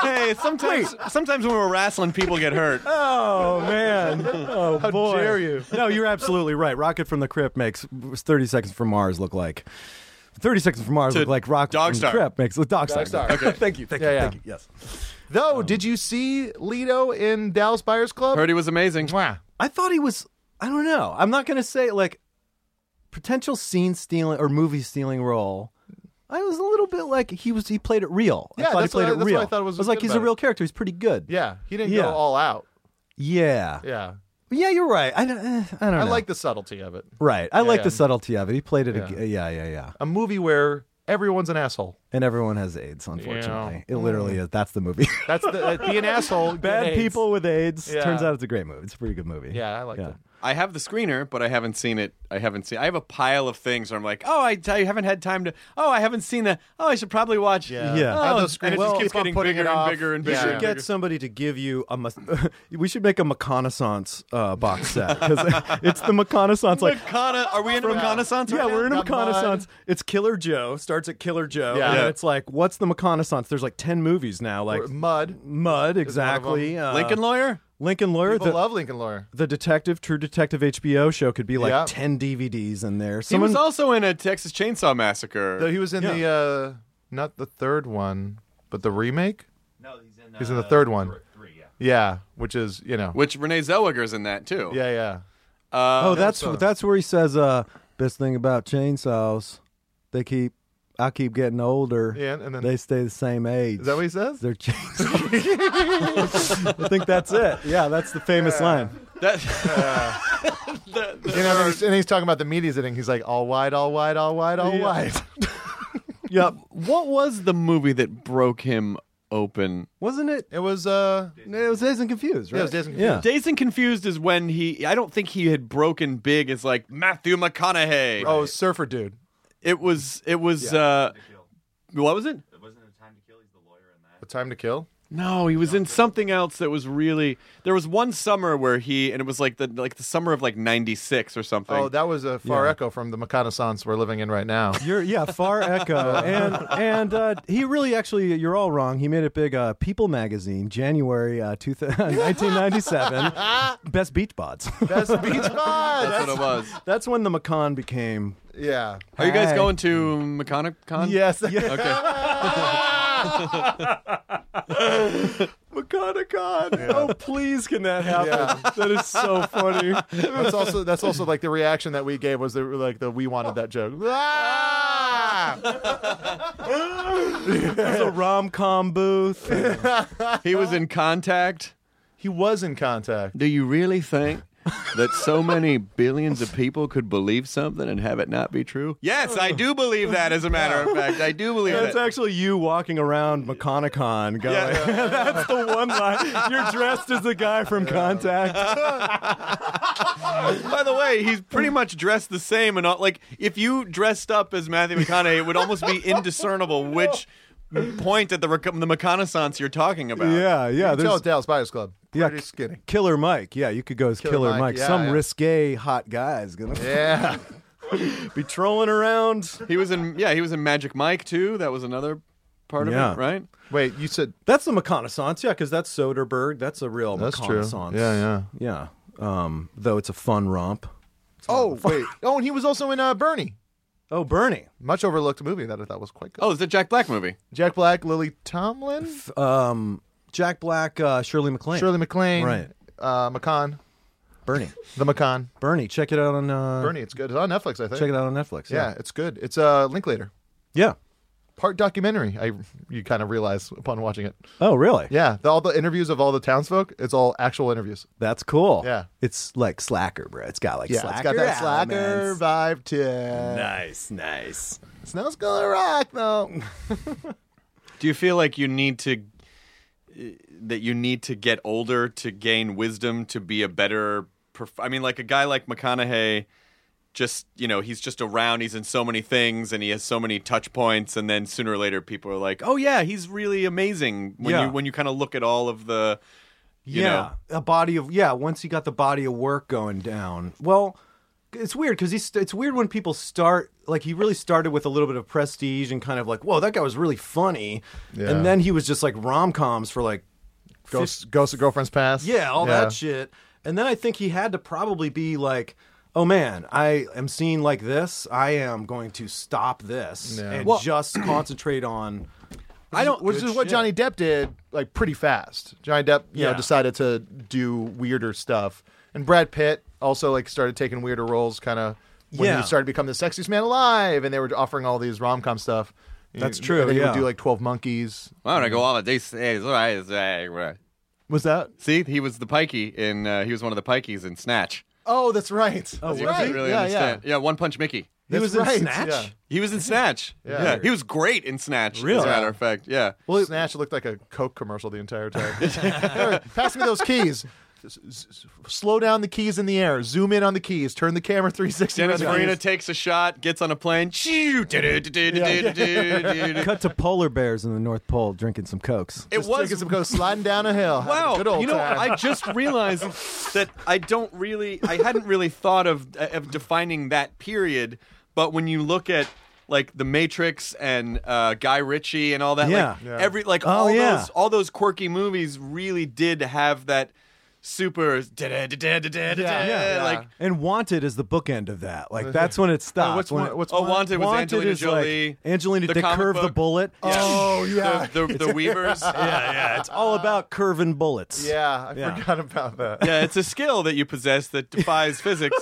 hey, sometimes sometimes when we're wrestling, people get (laughs) hurt.
(laughs) Oh man!
(laughs)
Oh How boy!
dare you.
No, you're absolutely right. Rocket from the Crypt makes 30 Seconds from Mars look like 30 Seconds from Mars
To
look like Rocket
Dog
from
Star.
the Crypt makes look Dog,
Star.
Okay. (laughs) thank you. Thank
Yeah,
you.
yeah.
Thank you. Yes.
Though, did you see Lido in Dallas Buyers Club?
Heard he was amazing.
Mwah.
I thought he was. I don't know. I'm not gonna say like potential scene stealing or movie stealing role. I was a little bit like he was. He played it real. I
Yeah,
thought
that's
he played it
what I- that's what
real.
I thought was
I was like,
good
he's a
about it.
real character. He's pretty good.
Yeah, he didn't
Yeah.
go all out.
Yeah. Yeah.
Yeah,
you're right. I, don't- eh, I don't know.
I like the subtlety of it.
Right. I like
yeah.
the subtlety of it. He played it. ag- Yeah. Yeah. Yeah.
A movie where everyone's an asshole.
And everyone has AIDS, unfortunately. It literally
Mm.
is. That's the movie. (laughs)
That's the uh, be an asshole. (laughs) get
Bad
AIDS.
people with AIDS.
Yeah.
Turns out it's a great movie. It's a pretty good movie.
Yeah, I like that.
I have the screener, but I haven't seen it. I haven't seen. I have a pile of things where I'm like, oh, I, I haven't had time to. Oh, I haven't seen that. Oh, I should probably watch.
Yeah.
Yeah.
Oh,
Have those
and
screen-
it
well,
just keeps
keep on
getting
putting
bigger
it
and
off.
bigger and
You
bigger.
You
Yeah.
should
and
get
bigger.
somebody to give you a. Mas- (laughs) we should make a reconnaissance uh, box set because (laughs) it's the reconnaissance like.
Makana, are we in a reconnaissance?
Yeah,
right
we're in a
now?
Got mine.
reconnaissance. It's Killer Joe. Starts at Killer Joe.
Yeah.
And then
Yeah.
it's like, what's the reconnaissance? There's like ten movies now. Like
Or Mud.
Mud, exactly. Uh,
Lincoln lawyer.
Lincoln Lawyer.
People love Lincoln Lawyer.
The detective, True Detective HBO show could be like
Yeah.
ten DVDs in there.
He was also in a Texas Chainsaw Massacre.
Though he was in
Yeah.
the uh, not the third one, but the remake. No, he's in. he's in the third one. Three, yeah. which is you know.
which Renee Zellweger's in that too.
Yeah, yeah.
Uh,
oh, that's that's where he says, uh, "Best thing about chainsaws, they keep." I keep getting older.
Yeah, and then-
they stay the same age. Is
that what he says? (laughs)
They're chainsaws. I think that's it. Yeah, that's the famous line.
You know, and, he's, and he's talking about the meat he's eating. He's like all wide, all wide, all wide, all
Yeah.
wide.
yeah. (laughs) What was the movie that broke him open?
Wasn't it?
It was. uh
It was Days and Confused, right?
Yeah, it was Days and
Yeah.
Dazed and Confused is when he. I don't think he had broken big as like Matthew McConaughey.
Oh, surfer dude.
It was. It was. uh What was it?
A Time to Kill.
No, he was in something else that was really. There was one summer where he, and it was like the like the summer of like '96 or something.
Oh, that was a far
Yeah.
echo from the reconnaissance we're living in right (laughs) now.
You're yeah, far
(laughs)
echo, and and uh, he really actually you're all wrong. He made it big. Uh, People magazine, January uh, (laughs) 2000,
(laughs)
1997, best beach bods. (laughs)
That's Beach Boys.
That's what it was.
That's when the Macan became.
Yeah.
Are you guys
Hey.
going to
(laughs)
McConaughey?
Yes.
Okay.
McConaughey. Oh, please, can that happen?
Yeah.
That is so
(laughs)
funny.
That's also that's also like the reaction that we gave was the, like the we wanted that joke. (laughs) Ah!
There's a rom com
(laughs)
booth.
he was in contact.
(laughs) He was in contact.
Do you really think that so many billions of people could believe something and have it not be true? Yes, I do believe that. As a matter of fact, I do believe
That's
that.
actually you walking around McConaughey going, (laughs) that's the one line. You're dressed as the guy from Contact.
(laughs)
By the way, he's pretty much dressed the same, and all, like if you dressed up as Matthew McConaughey, it would almost be indiscernible which point at the rec- the reconnaissance you're talking about.
Yeah, yeah.
You can tell
There's
Dallas Buyers Club.
Yeah,
Pretty skinny.
Killer Mike. Yeah, you could go as Killer,
Killer
Mike.
Mike, yeah,
Some
yeah.
risque hot guy is going to
Yeah. (laughs)
be trolling around.
He was in yeah, he was in Magic Mike too. That was another part of
Yeah.
it, right?
Wait, you said
That's the reconnaissance, yeah, because that's Soderbergh. That's a real
That's true.
reconnaissance.
Yeah,
yeah, yeah. Um, though it's a fun romp.
(laughs) Oh wait. (laughs) Oh, and he was also in uh, Bernie.
Oh, Bernie.
Much overlooked movie that I thought was quite good.
Oh, it's a Jack Black movie.
Jack Black, Lily Tomlin,
Um, Jack Black, uh, Shirley MacLaine,
Shirley MacLaine,
Right.
Uh, McCon,
Bernie,
the McCon,
Bernie. Check it out on uh,
Bernie. It's good. It's on Netflix, I think.
Check it out on Netflix.
Yeah,
Yeah,
it's good. It's uh, Linklater,
yeah.
part documentary. I you kind of realize upon watching it.
Oh, really?
Yeah, the, all the interviews of all the townsfolk. It's all actual interviews.
That's cool.
Yeah.
it's like Slacker, bro. It's got like
Yeah,
Slacker.
it's got that slacker
elements.
vibe to it.
Nice, nice.
Snow's gonna rock though.
Do you feel like you need to that you need to get older to gain wisdom to be a better perf- I mean like a guy like McConaughey just you know he's just around he's in so many things and he has so many touch points and then sooner or later people are like oh yeah he's really amazing when
Yeah.
you when you kind of look at all of the you
yeah, a body of yeah. Once you got the body of work going down, well, it's weird because he's it's weird when people start like he really started with a little bit of prestige and kind of like whoa that guy was really funny,
Yeah.
and then he was just like rom coms for like
Ghost, Ghost of Girlfriend's Past.
yeah all that shit, and then I think he had to probably be like. Oh man, I am seeing like this. I am going to stop this
Yeah.
and
Well-
just (clears throat) concentrate on.
I don't. Which
Good
is what
shit.
Johnny Depp did, like pretty fast. Johnny Depp, you
Yeah.
know, decided to do weirder stuff, and Brad Pitt also like started taking weirder roles, kind of when
Yeah.
he started to become the sexiest man alive, and they were offering all these rom com stuff.
That's
And
true,
They
yeah.
would do like Twelve Monkeys.
I'm gonna go all of these things. all right, all right, all right.
Was that?
See, he was the pikey in uh, he was one of the pikeys in Snatch.
Oh, that's right.
Oh,
that's
was
You
right.
couldn't really
yeah,
understand.
yeah.
yeah, One Punch Mickey.
He
That's
was in
right,
Snatch.
yeah.
He was in Snatch.
Yeah.
yeah. He was great in Snatch. As
Really?
a matter of fact, yeah.
Well, Snatch looked like a Coke commercial the
(laughs)
entire time. Hey, Pass me those keys. S- s- s- Slow down the keys in the air. Zoom in on the keys. Turn the camera 360.
Dennis
around the
Farina
keys.
takes a shot, gets on a plane. It
Cut to polar bears in the North Pole drinking some cokes.
Drinking
was
some Coke, sliding down a hill. having a
wow.
good old
You know,
time. (laughs)
I just realized that I don't really, I hadn't really thought of of defining that period. But when you look at like The Matrix and uh, Guy Ritchie and all that,
Yeah.
like
Yeah.
every like
Oh,
all
yeah.
those all those quirky movies really did have that super da da da da da da
Yeah.
like
and Wanted is the bookend of that. Like that's when it stops.
what's
when
Wa-
it-
what's Oh, Wa- Wanted was Angelina
is like
Jolie,
Angelina
the
to
comic
curve the
book.
bullet.
Yeah.
Oh
(laughs) The-
yeah,
the- the
It's-
(laughs) Weavers.
yeah, yeah. It's all about curving bullets.
Yeah, I forgot about that.
yeah, it's a skill that you possess that
(laughs)
defies physics.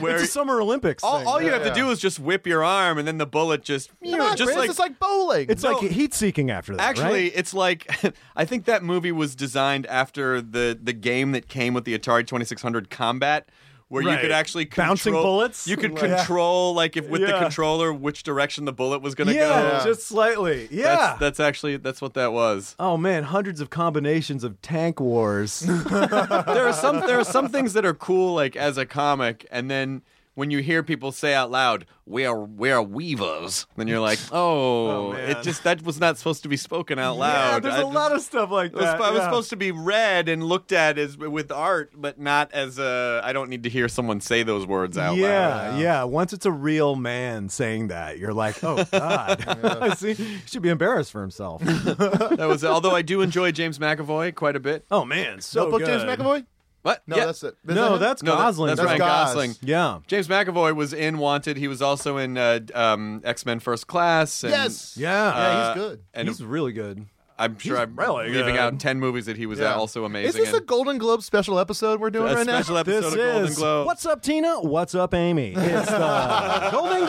Where
it's a Summer Olympics.
all,
thing.
all you have to do is just whip your arm, and then the bullet just you know, just like
bowling.
It's
No.
like heat seeking after that.
Actually,
right?
it's like (laughs) I think that movie was designed after the the game that came with the Atari 2600 Combat, where you
Right.
could actually control,
Bouncing bullets?
You could
Like- Yeah.
control like if with the
Yeah.
controller which direction the bullet was going to go.
yeah, just slightly. Yeah.
That's, that's actually that's what that was.
Oh man, hundreds of combinations of tank
(laughs)
wars. (laughs)
Oh, there are some there are some things that are cool like as a comic, and then. When you hear people say out loud, "We are we are weavers," then
(laughs)
you're like, "Oh,
man.
it just that was not supposed to be spoken out loud."
Yeah, there's
I
a
just-
lot of stuff like
It was,
that.
I was
yeah.
supposed to be read and looked at as with art, but not as a. I don't need to hear someone say those words out
yeah,
loud.
yeah. Once it's a real man saying that, you're like,
(laughs)
oh (laughs) god, See, he should be embarrassed for himself.
that was. Although I do enjoy James McAvoy quite a bit.
oh man, so
Notebook James
good.
McAvoy?
What?
No,
Yeah.
that's it. Is that
No,
him?
that's
No, that-
Gosling.
that's
right?
Ryan
Gos.
Gosling.
Yeah.
James McAvoy was in Wanted. He was also in uh, um, X Men First Class. And,
Yes.
Yeah.
Yeah, he's
Uh,
good.
And
he's really good.
I'm sure I'm
really
leaving
good.
out ten movies that he was uh,
Yeah.
also amazing.
Is this
in.
a Golden Globe special episode we're doing
A
right
special
now?
episode
This
of Golden
is
Globe.
what's up, Tina. What's up, Amy? It's
(laughs)
the Golden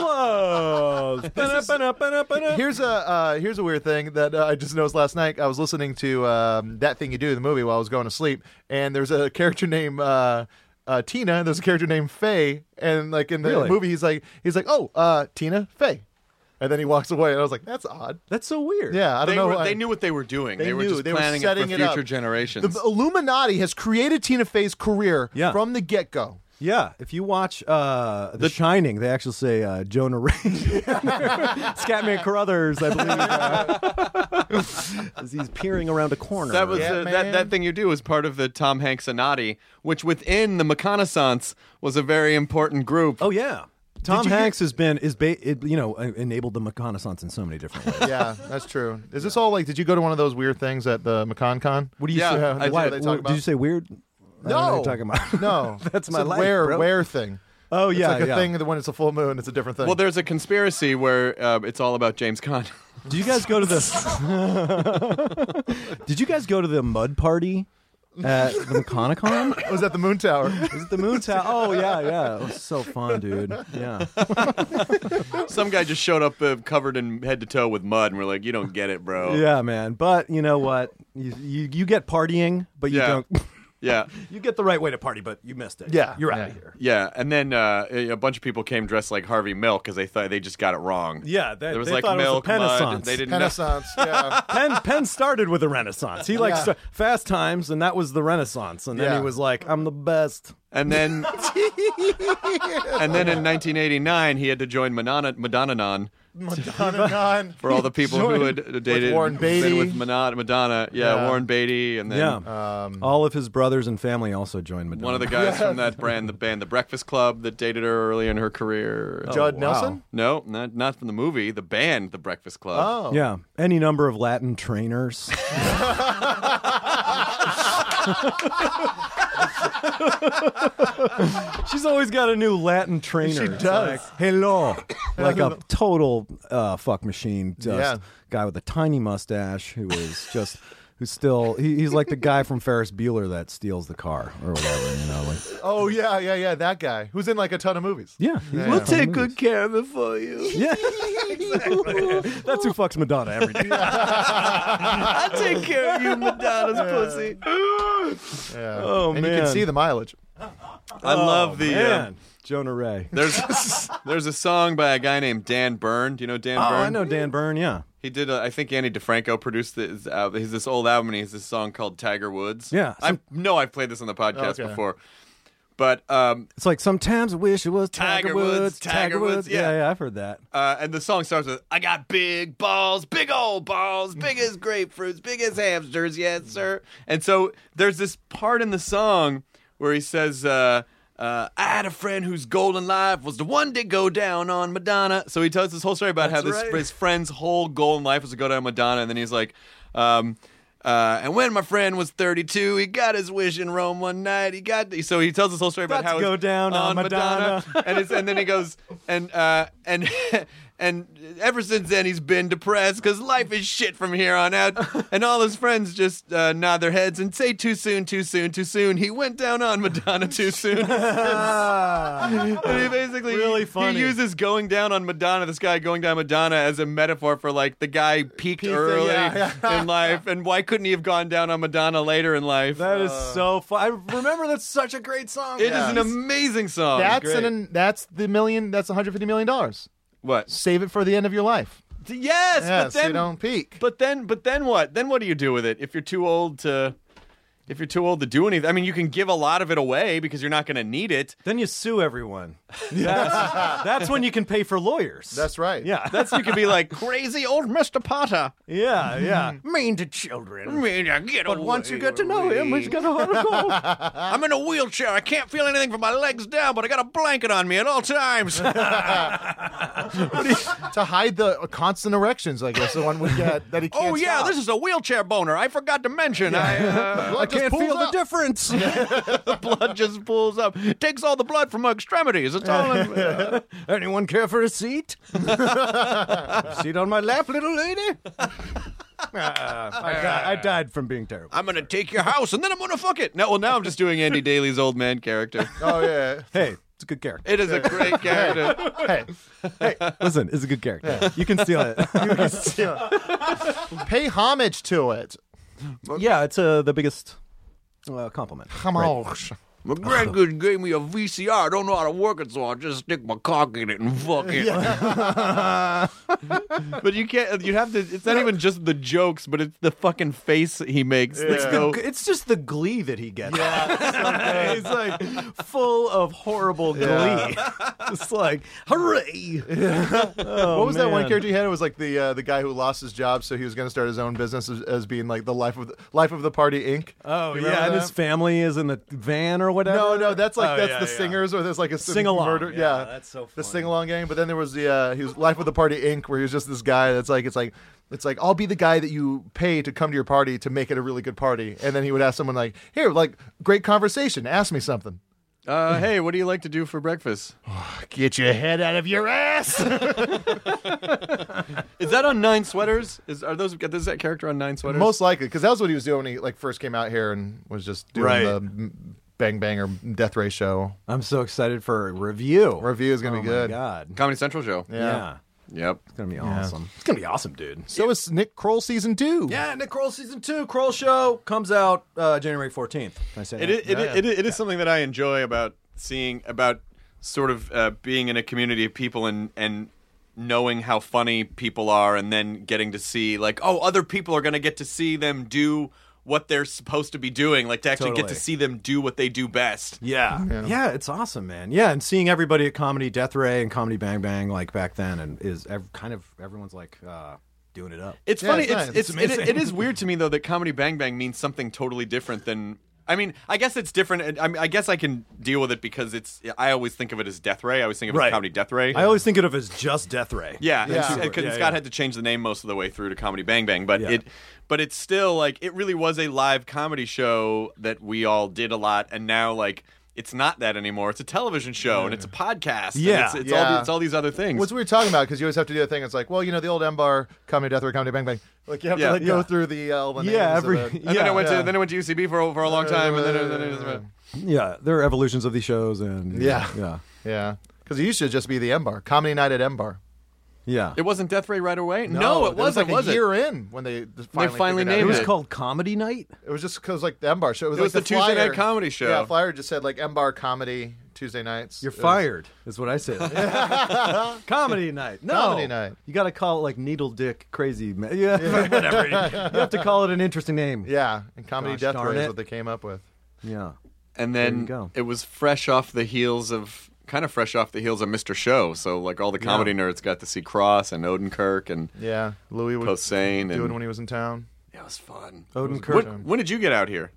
Globes. Ba-da-ba-da-ba-da-ba-da.
(laughs) Here's a uh, here's a weird thing that uh, I just noticed last night. I was listening to um, that thing you do the movie while I was going to sleep, and there's a character named uh, uh, Tina. And there's a character named Faye, and like in the
Really?
movie, he's like he's like, oh, uh, Tina Faye, and then he walks away, and I was like, that's odd.
That's so weird.
Yeah, I don't
they,
know.
were,
why.
they knew what they were doing.
They
were
knew.
just
They were
planning
setting
it
it
for
up.
future generations.
the oh, Illuminati has created Tina Fey's career
Yeah.
from the get go.
Yeah, if you watch uh, The, Shining, they actually say uh, Jonah Ray, (laughs) Scatman Carruthers, I believe, uh, (laughs) as he's peering around a corner.
That was
Yeah,
uh, that,
man.
that thing you do was part of the Tom Hanks Anati, which within the McConaissance was a very important group.
oh yeah. Tom
you hear-
Hanks has been is ba- it, you know en- enabled the reconnaissance in so many different ways.
yeah, that's true. Is this all like? Did you go to one of those weird things at the McCon Con?
What do you
Yeah,
say?
I did.
Why-
What they talk
wh- did you
about?
say weird? I don't know
No,
what you're talking about. (laughs)
no,
That's my
it's a
life,
Where
bro.
where thing?
Oh
It's
yeah,
like a
yeah.
thing that when it's a full moon, it's a different thing.
Well, there's a conspiracy where uh, it's all about James Conn.
Do you guys go
(laughs)
to the? (laughs) Did you guys go to the mud party at the McConaughey?
I (laughs) was at the
(laughs)
Moon Tower.
Is it the moon tower? Oh yeah, yeah. It was so fun, dude. Yeah.
(laughs) Some guy just showed up uh, covered in head to toe with mud, and we're like, "You don't get it, bro."
Yeah, man. But you know what? You you, you get partying, but you
Yeah.
don't (laughs)
yeah,
you get the right way to party, but you missed it.
Yeah,
You're
yeah.
out of here.
yeah. And then uh, a a bunch of people came dressed like Harvey Milk because they thought they just got it wrong.
Yeah, they-
there was
they
like
thought it was a
milk, mud.
Renaissance.
They didn't know.
Renaissance.
(laughs)
Yeah,
Penn Penn started with the Renaissance. He likes
Yeah.
fast times, and that was the Renaissance. And then
Yeah.
he was like, "I'm the best."
And (laughs) then, and then in 1989, he had to join Madonna, Madonna Non.
Madonna Con.
(laughs) for
(laughs)
all the people who had dated
Warren
been
Beatty.
with Madonna, Madonna. Yeah,
Yeah.
Warren Beatty, and then
yeah.
Um,
All of his brothers and family also joined Madonna.
one of the guys from
(laughs)
that brand, the band, The Breakfast Club, that dated her early in her career.
Judd
wow.
Nelson.
No, not not from the movie, the band, The Breakfast Club.
Oh,
yeah, any number of Latin
(laughs)
trainers. She's always got a new Latin trainer.
She
It's
does.
Like,
(laughs)
Hello. Like a total uh, fuck machine. Just
Yeah.
guy with a tiny mustache who is just, who's still, he, he's like the guy from Ferris Bueller that steals the car or whatever, you know. Like,
Oh yeah, yeah, yeah. That guy who's in like a ton of movies.
yeah. he's
Yeah.
in
We'll
a ton of
Take good
movies.
care of it for you.
(laughs)
(laughs)
Yeah. That's who fucks Madonna every day.
I'll take care
(laughs)
of you, Madonna's pussy.
Yeah.
Oh,
and you can
man.
see the mileage.
I love the. uh,
Oh, Man. Jonah Ray.
there's there's a song by a guy named Dan Byrne. Do you know Dan
Oh,
Byrne?
I know Dan Byrne. Yeah,
He did. uh, I think Andy DeFranco produced this. Uh, he's this old album, and he has this song called Tiger Woods.
Yeah,
I know I've played this on the podcast
Okay.
before, but um,
it's like sometimes I wish it was Tiger,
Tiger
Woods,
Woods, Tiger Woods,
Yeah.
yeah.
yeah, I've heard that.
uh, and the song starts with "I got big balls, big old balls, big as grapefruits, big as hamsters, yes sir." And so there's this part in the song where he says. Uh, uh, I had a friend whose goal in life was to one day go down on Madonna. So he tells this whole story about how
That's
this
right.
his friend's whole goal in life was to go down on Madonna, and then he's like, um, Uh, and when my friend was 32, he got his wish in Rome one night. He got so he tells this whole story about
About
how
to
it's
go down on Madonna.
and it's, and then he goes and uh, and (laughs) and ever since then he's been depressed because life is shit from here on out. And all his friends just uh, nod their heads and say, "Too soon, too soon, too soon." He went down on Madonna too soon. and he basically really
funny.
He uses going down on Madonna, this guy going down Madonna, as a metaphor for like the guy peaked early
yeah, yeah.
in life, and why couldn't he have gone down on Madonna later in life?
That is
Uh.
so fun. I remember that's such a great song.
It is an amazing song.
that's
Great.
an, an that's the million. That's 150 million dollars.
What?
Save it for the end of your life.
Yes,
Yeah,
but
so
then
you don't peak.
But then, but then what? Then what do you do with it if you're too old to? If you're too old to do anything, I mean, you can give a lot of it away because you're not going to need it.
Then you sue
(laughs)
everyone. That's, that's when you can pay for lawyers.
That's right. (laughs)
Yeah.
That's you could be like crazy old Mister Potter.
yeah, yeah.
Mean to children.
mean, (laughs) I get
But once you get to know him, he's gonna want to
(laughs)
go.
I'm in a wheelchair. I can't feel anything from my legs down, but I got a blanket on me at all (laughs) times.
to hide the uh, constant erections, I guess the one we get that he
(laughs)
can't.
oh yeah, this is a wheelchair boner. I forgot to mention. I, uh, (laughs)
I can't feel the (laughs)
difference.
the blood just pulls up, takes all the blood from my extremities. It's all. In, (laughs)
Anyone care for a
(laughs)
seat? seat on my lap, little
(laughs)
lady. Ah, I, di- I died from being
(laughs)
terrible.
I'm gonna take your house and then I'm gonna fuck it. No, well now I'm just doing Andy Daly's old man character.
Oh yeah. (laughs)
Hey, it's a good character.
It is a great (laughs) character.
Hey,
Hey, listen, it's a good character. You can steal
(laughs)
it. You can steal it.
pay homage to it.
(laughs) yeah, it's uh, the biggest uh, compliment.
Come on.
My (laughs) grandkids gave me a VCR. I don't know how to work it, so I just stick my cock in it and fuck it. (laughs) but you can't. You have to. It's not even just the jokes, but it's the fucking face he makes.
It's, the,
Oh.
it's just the glee that he gets. (laughs) Yeah, he's like full of horrible glee.
(laughs)
It's like hooray!
Oh,
(laughs) Oh,
what was that one character he had? It was like the uh, the guy who lost his job, so he was going to start his own business as, as being like the life of the, life of the party Inc.
Oh
You remember
yeah, and his
that?
family is in the van or whatever.
No, no, that's like
Oh,
that's
yeah,
the
yeah.
singers or there's like a
Sing-along.
murder.
Yeah, that's so
The
funny.
sing along game. But then there was the uh, he was Life of the Party Inc. where he was just this guy that's like it's like it's like I'll be the guy that you pay to come to your party to make it a really good party, and then he would ask someone like, "Here, like great conversation. Ask me something."
Uh, hey, what do you like to do for breakfast?
Get your head out of your ass.
Is that on Nine Sweaters? Is are those? Is that character on Nine Sweaters?
Most likely, because that was what he was doing when he like first came out here and was just doing
Right.
the mm, Bang Bang or Death Ray show.
I'm so excited for a review.
Review is gonna
oh
be good.
My God,
Comedy Central show.
Yeah.
yeah.
Yep.
it's gonna be awesome. It's gonna be awesome, dude.
So it's Nick Kroll season two.
Yeah, Nick Kroll season two, Kroll show comes out uh, January 14th. Can I say
It
that?
is, it, is- it, is, it is something that I enjoy about seeing about sort of uh, being in a community of people and and knowing how funny people are, and then getting to see like oh other people are going to get to see them do what they're supposed to be doing, like to actually get
Totally.
to see them do what they do best.
Yeah. yeah, it's awesome, man. Yeah, and seeing everybody at Comedy Death Ray and Comedy Bang Bang like back then, and is ev- kind of everyone's like uh, doing it up.
It's
Yeah,
funny.
it's
It's,
nice.
it's,
It's
it-
amazing.
it is weird to me though that comedy Bang Bang means something totally different than. I mean, I guess it's different. I, mean, I guess I can deal with it because it's. I always think of it as Death Ray. I always think of it
Right.
as comedy Death Ray.
I always think of it as just Death Ray.
Yeah,
Yeah.
because
Yeah,
Scott
yeah.
had to change the name most of the way through to Comedy Bang Bang, but
Yeah.
it, but it's still like it really was a live comedy show that we all did a lot, and now like it's not that anymore. It's a television show and it's a podcast. and
Yeah.
it's, it's all
Yeah.
the, it's all these other things.
What's we were talking about because you always have to do a thing. It's like, well, you know, the old M bar comedy death or comedy bang bang. Like you have
Yeah.
to like, go
Yeah.
through the uh, all the
Yeah,
names
every-
of it.
and then I went
yeah.
to then I went to UCB for a- for a long time, and then, and then it was-
Yeah, there are evolutions of these shows, and
Yeah.
yeah,
yeah, because it used to just be the M bar comedy night at M bar.
yeah.
it wasn't Death Ray right away. No, it
that was
wasn't.
like
was
a
it?
year in when they finally,
finally
figured
named
out.
It was
it.
called Comedy Night.
It was just because like the M bar show. It was,
It was
like
the Tuesday
flyer.
night comedy show.
Yeah, flyer just said like M bar comedy Tuesday nights.
You're
It was-
fired, is what I
(laughs)
said. Comedy night. No.
Comedy night.
You got to call it like Needle Dick Crazy. Man. Yeah, (laughs)
(laughs)
whatever. You have to call it an interesting name.
Yeah, and comedy
Gosh
death
darn
ray is
it.
what they came up with.
Yeah.
and
There you
then
go.
it was fresh off the heels of kind of fresh off the heels of Mr. Show. So like all the comedy nerds got to see Cross and Odenkirk and
Yeah, Louis would
Posehn
do it
and
when he was in town.
it was fun.
Odin
When, when did you get out here?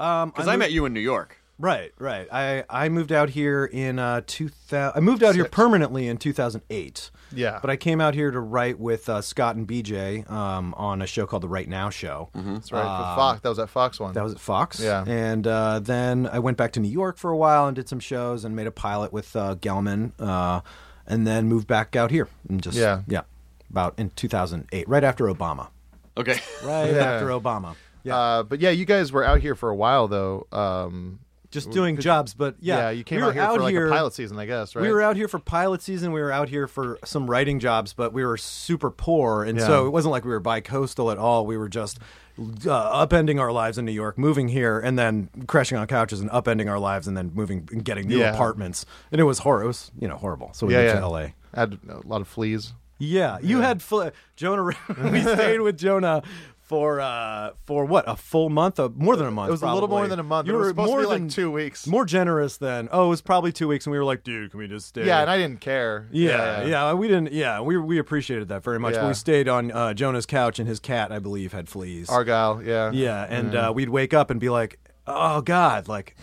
Um,
Because I, met you in New York.
Right, right. I I moved out here in uh 2000 I moved out here permanently in 2008.
Yeah.
But I came out here to write with uh, Scott and BJ um, on a show called The Right Now Show.
That's right. for Fox. That was at Fox one.
Ah. That was at Fox.
Yeah.
And uh, then I went back to New York for a while and did some shows and made a pilot with uh, Gelman, uh, and then moved back out here and just
Yeah.
yeah, about in 2008, right after Obama.
Okay.
Right
Yeah.
after Obama.
Uh, but yeah, you guys were out here for a while though. Um,
Just doing jobs, but yeah,
you came
we
out
were
here for like a pilot season, I guess, right?
We were out here for pilot season. We were out here for some writing jobs, but we were super poor, and
Yeah.
so it wasn't like we were bi-coastal at all. We were just uh, upending our lives in New York, moving here, and then crashing on couches and upending our lives, and then moving and getting new
Yeah.
apartments. And it was horrible. It was you know horrible. So we
yeah,
moved
yeah.
to L.A.
Had a lot of fleas.
Yeah, you had fl- Jonah. (laughs) we stayed with Jonah for uh for what a full month, uh, more than a month.
It was a little more
probably.
than a month,
You
but it was
were
supposed to
more
be like
than
two weeks.
More generous than oh, it was probably two weeks, and we were like, dude, can we just stay?
Yeah, and I didn't care.
Yeah, yeah, we didn't. Yeah, we we appreciated that very much.
Yeah.
We stayed on uh, Jonah's couch, and his cat, I believe, had fleas.
Argyle, yeah.
yeah, and
Mhm.
uh, we'd wake up and be like, "Oh God!" Like,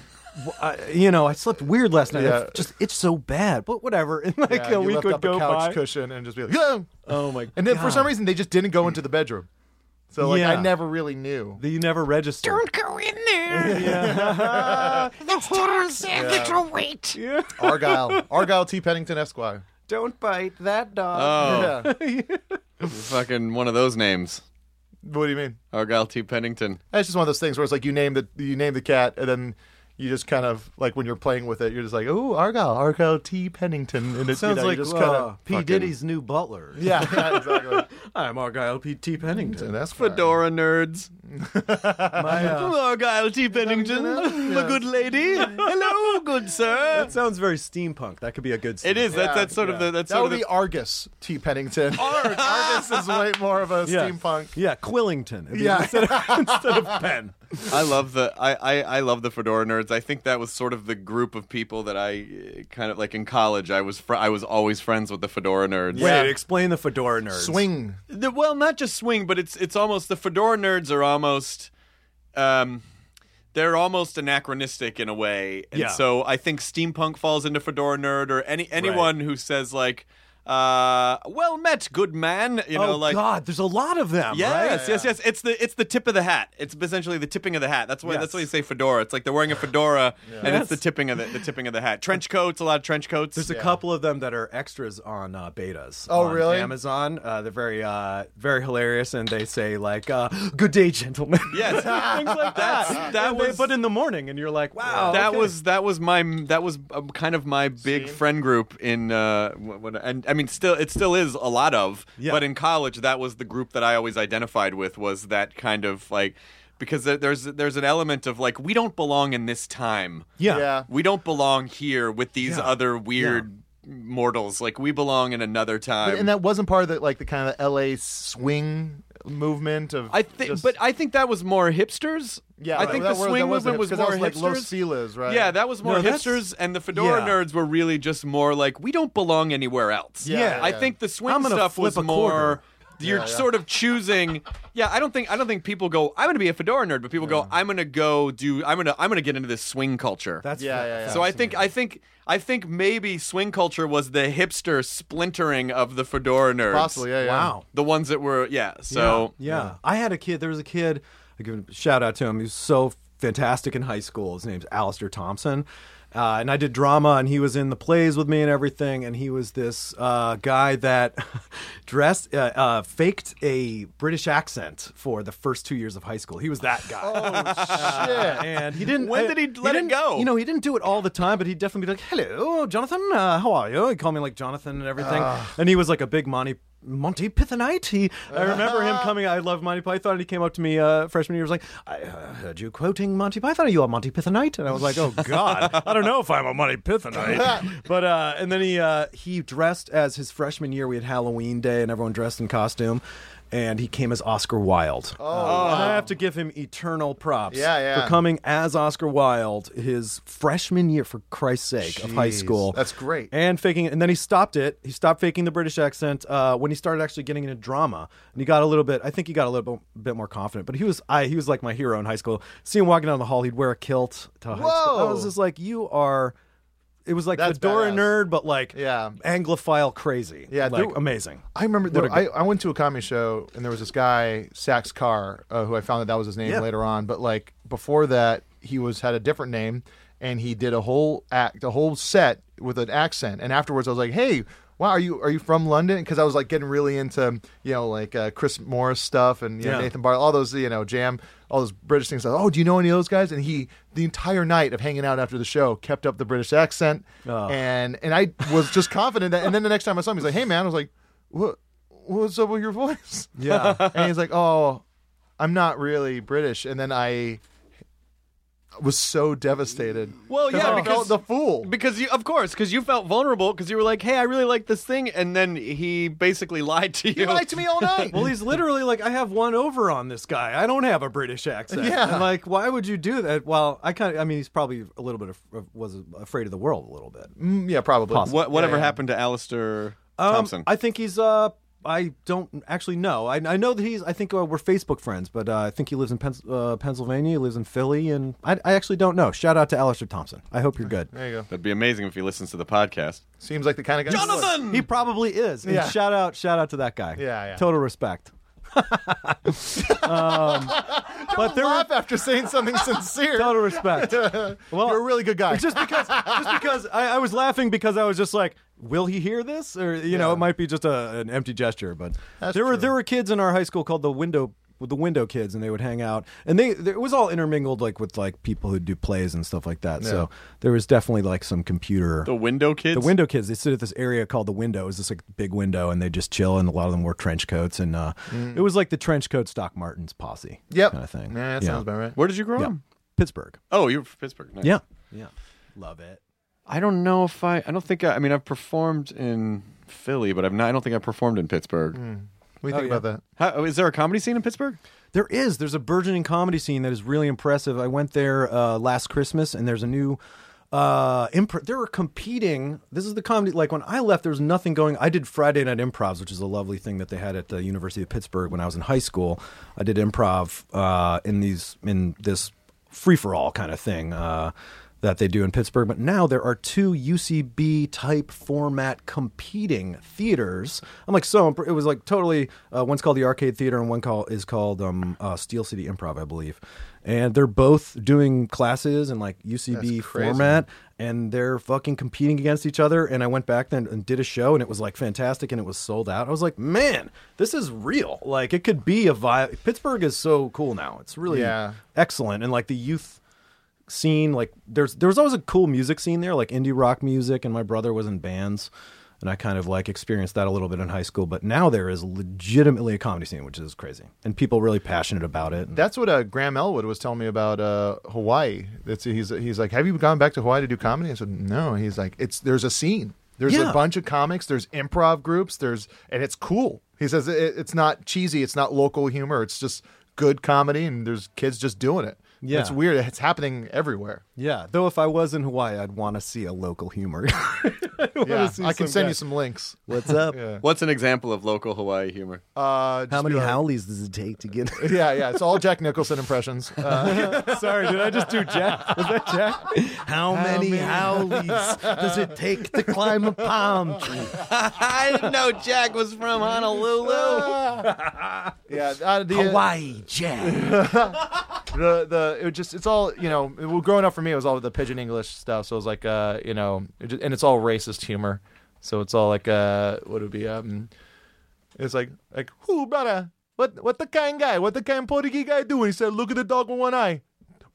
w- I- you know, I slept weird last night.
Yeah.
It Just it's so bad, but whatever. (laughs) And like
Yeah,
a
you
week
left
would
up
go
a couch
by.
cushion and just be like, yeah.
Oh my!
And then for some
God.
reason they just didn't go into the bedroom. So like I
Yeah.
never really knew.
that you never registered. Don't
go in there. That's toxic. It'll wait.
Argyle, Argyle T. Pennington Esquire.
Don't bite that
Uh, dog. (laughs) Oh. (laughs) Fucking one of those names.
What do you mean?
Argyle T. Pennington.
It's just one of those things where it's like you name the you name the cat and then you just kind of like when you're playing with it, you're just like, oh, Argyle, Argyle T. Pennington, and it's you
Sounds
know, you
like
just
uh,
kind of
P Diddy's new butler.
Yeah,
(laughs)
yeah, exactly.
I'm Argyle P T Pennington. (laughs)
That's
Fedora nerds.
My, uh, (laughs)
Hello, Argyle Oh, T. Pennington. (laughs) My good lady. Hello, good sir.
That sounds very steampunk. That could be a good.
It is. That's, that's sort of the. That's
that
sort
would
of
be
the.
Argus
(laughs)
T. Pennington. Argus is way more of a
Yeah.
steampunk.
Yeah, Quillington. It'd be
Yeah.
Instead of, (laughs) instead of pen.
I love the. I, I I love the fedora nerds. I think that was sort of the group of people that I uh, kind of like in college. I was fr- I was always friends with the fedora nerds.
Wait, explain the fedora nerds.
Swing.
The- well, not just swing, but it's it's almost the fedora nerds are almost, um, they're almost anachronistic in a way, and
Yeah.
so I think steampunk falls into fedora nerd or any anyone who says like, uh, well met, good man, you know,
oh
like.
God, there's a lot of them.
Yes,
right?
yes, yes. It's the it's the tip of the hat. It's essentially the tipping of the hat. That's why
Yes.
that's why you say fedora. It's like they're wearing a fedora, and
Yes.
it's the tipping of the, the tipping of the hat. Trench coats, a lot of trench coats.
There's a couple of them that are extras on uh, betas.
Oh,
on
really?
Amazon. Uh, they're very, uh, very hilarious, and they say like, uh, "Good day, (laughs) gentlemen."
Yes.
things like
That's-
that.
that
And
was-
they put in the morning, and you're like, "Wow."
that
Oh, okay.
was that was my that was uh, kind of my big friend group in uh wh- when, and I mean still it still is a lot of
Yeah.
but in college that was the group that I always identified with was that kind of like because there- there's there's an element of like we don't belong in this time
Yeah.
Yeah.
we don't belong here with these
Yeah.
other weird mortals like we belong in another time
And that wasn't part of the like the kind of L.A. swing movement of.
I think,
just-
but I think that was more hipsters.
Yeah,
I
right.
think
That
the
were-
swing
that was the
movement was
hipsters.
more
That was
hipsters.
like Los Feliz, right?
Yeah, that was more
No, that's-
hipsters, and the fedora
Yeah.
nerds were really just more like we don't belong anywhere else.
Yeah,
I
yeah.
think the swing
I'm gonna
stuff was
flip a quarter.
more. You're
Yeah, yeah.
sort of choosing. Yeah, I don't think I don't think people go. I'm going to be a fedora nerd, but people go. I'm going to go do. I'm going to I'm going to get into this swing culture.
That's
Yeah, yeah, yeah.
so I think I think I think maybe swing culture was the hipster splintering of the fedora nerds.
possibly. Yeah, yeah.
Wow.
The ones that were yeah. So
yeah. I had a kid. There was a kid. I give him shout out to him. He was so fantastic in high school. His name's Alistair Thompson. Uh, and I did drama, and he was in the plays with me and everything. And he was this uh, guy that (laughs) dressed, uh, uh, faked a British accent for the first two years of high school. He was that guy.
Oh shit.
And he didn't.
When
I-
did he let it
didn't-
go?
You know, he didn't do it all the time, but he'd definitely be like, "Hello, Jonathan. Uh, how are you?" He'd call me like Jonathan and everything.
Ah.
and he was like a big Monty Monty Pythonite. He,
(laughs)
I remember him coming. I love Monty Python. And he came up to me uh, freshman year. He was like, "I uh, heard you quoting Monty Python. Are you a Monty Pythonite?" And I was like, "Oh God, I don't know if I'm a Monty
(laughs)
Pythonite." but uh, and then he uh, he dressed as his freshman year. We had Halloween day, and everyone dressed in costume. And he came as Oscar Wilde. Oh, I have to give him eternal props
Yeah, yeah.
for coming as Oscar Wilde his freshman year, for Christ's sake, of high
Jeez.
school.
That's great.
And faking it. And then he stopped it. He stopped faking the British accent uh, when he he started actually getting into drama, and he got a little bit. I think he got a little bit, bit more confident. But he was, I, he was like my hero in high school. See him walking down the hall, he'd wear a kilt. To high school. I
Whoa.
was just like, you are. It was like
That's
fedora
badass.
nerd, but like
yeah,
anglophile crazy.
Yeah,
like
there-
amazing.
I remember.
What
There,
a
I, I went to a comedy show and there was this guy Sax Carr, uh, who I found that that was his name
Yeah.
later on. But like before that, he was had a different name, and he did a whole act, a whole set with an accent. And afterwards, I was like, "Hey, wow, are you are you from London?" Because I was like getting really into you know like uh, Chris Morris stuff and you know,
Yeah.
Nathan Barley, all those you know Jam, all those British things. I was, oh, do you know any of those guys? And he the entire night of hanging out after the show kept up the British accent,
Oh.
and and I was just confident that. And then the next time I saw him, he's like, "Hey, man," I was like, "What? What's up with your voice?"
Yeah.
(laughs) and he's like, "Oh, I'm not really British." And then I was so devastated.
Well, yeah,
I
because-
felt the fool.
Because you, of course, because you felt vulnerable because you were like, "Hey, I really like this thing," and then he basically (laughs) lied to you.
He lied to me all
(laughs)
night. well, he's literally like, I have one over on this guy. I don't have a British accent.
Yeah.
And, like, why would you do that? Well, I kind of, I mean, he's probably a little bit of, was afraid of the world a little bit.
Mm, yeah, probably.
Possible.
What, whatever
Yeah, yeah.
happened to Alistair
Um,
Hmm.
Thompson?
I think he's. uh I don't actually know. I, I know that he's. I think uh, we're Facebook friends, but uh, I think he lives in Pens- uh, Pennsylvania. He lives in Philly, and I, I actually don't know. Shout out to Alistair Thompson. I hope you're good.
There you go.
That'd be amazing if he listens to the podcast.
Seems like the kind of guy.
Jonathan!
He probably is. And
Yeah.
Shout out, shout out to that guy.
Yeah, yeah.
Total respect. (laughs) um, but there
laugh (laughs) after
(laughs)
saying something sincere.
Total respect. Well,
(laughs) You're a really good guy.
(laughs) Just because, just because I, I was laughing because I was just like, "Will he hear this?" Or you know, it might be just a, an empty gesture. But there were there were kids in our high school called the window with the window kids, and they would hang out, and they, they- it was all intermingled like with like people who do plays and stuff like that. So there was definitely like some computer.
The window kids.
The window kids. They sit at this area called the window. It was this like big window, and they just chill. And a lot of them wore trench coats, and uh,
Mm.
it was like the trench coat Doc Martens posse.
Yep.
kind of thing.
Yeah, that sounds about right.
Where did you grow
Yeah.
up?
Pittsburgh.
Oh, you were from Pittsburgh. Nice.
Yeah, yeah. Love it.
I don't know if I. I don't think. I, I mean, I've performed in Philly, but I've not. I don't think I've performed in Pittsburgh.
Hmm.
What
Oh,
do you think about that?
How, is there a comedy scene in Pittsburgh?
There is. There's a burgeoning comedy scene that is really impressive. I went there uh, last Christmas, and there's a new. Uh, improv. There were competing. This is the comedy. Like when I left, there was nothing going. I did Friday night improvs, which is a lovely thing that they had at the University of Pittsburgh when I was in high school. I did improv uh, in these in this free for all kind of thing uh, that they do in Pittsburgh. But now there are two UCB type format competing theaters. I'm like so impre- it was like totally. Uh, one's called the Arcade Theater and one call is called um, uh, Steel City Improv, I believe. And they're both doing classes in like UCB
That's crazy.
format, and they're fucking competing against each other. And I went back then and did a show, and it was like fantastic, and it was sold out. I was like, man, this is real. Like it could be a vibe. Pittsburgh is so cool now. It's really
Yeah.
excellent and like the youth scene like there's there was always a cool music scene there like indie rock music and my brother was in bands and I kind of like experienced that a little bit in high school but now there is legitimately a comedy scene which is crazy and people really passionate about it and
That's what uh, Graham Elwood was telling me about uh, Hawaii. That's he's he's like, have you gone back to Hawaii to do comedy? I said, no. He's like, it's there's a scene. There's
Yeah.
a bunch of comics. There's improv groups. There's and it's cool. He says it, it's not cheesy. It's not local humor. It's just good comedy, and there's kids just doing it.
Yeah.
it's weird. It's happening
(laughs)
everywhere.
yeah though if I was in Hawaii I'd want to see a local humor (laughs)
yeah,
see
I
some
can send
guy.
you some links.
(laughs) what's up
Yeah.
What's an example of local Hawaii humor?
Uh,
how
just
many
be like-
howlies does it take to (laughs) get
(laughs) Yeah, yeah. It's all Jack Nicholson impressions.
(laughs)
Uh,
sorry did I just do Jack was that Jack (laughs) how, many, howlies does it take to climb a palm
(laughs)
tree
I didn't know Jack was from Honolulu.
yeah, uh, the,
Hawaii Jack
the the it was just it's all you know well growing up for me it was all the pigeon english stuff so it was like uh you know it ju- and it's all racist humor so it's all like uh what would it be um it's like like who brother what what the kind guy what the kind portuguese guy doing he said look at the dog with one eye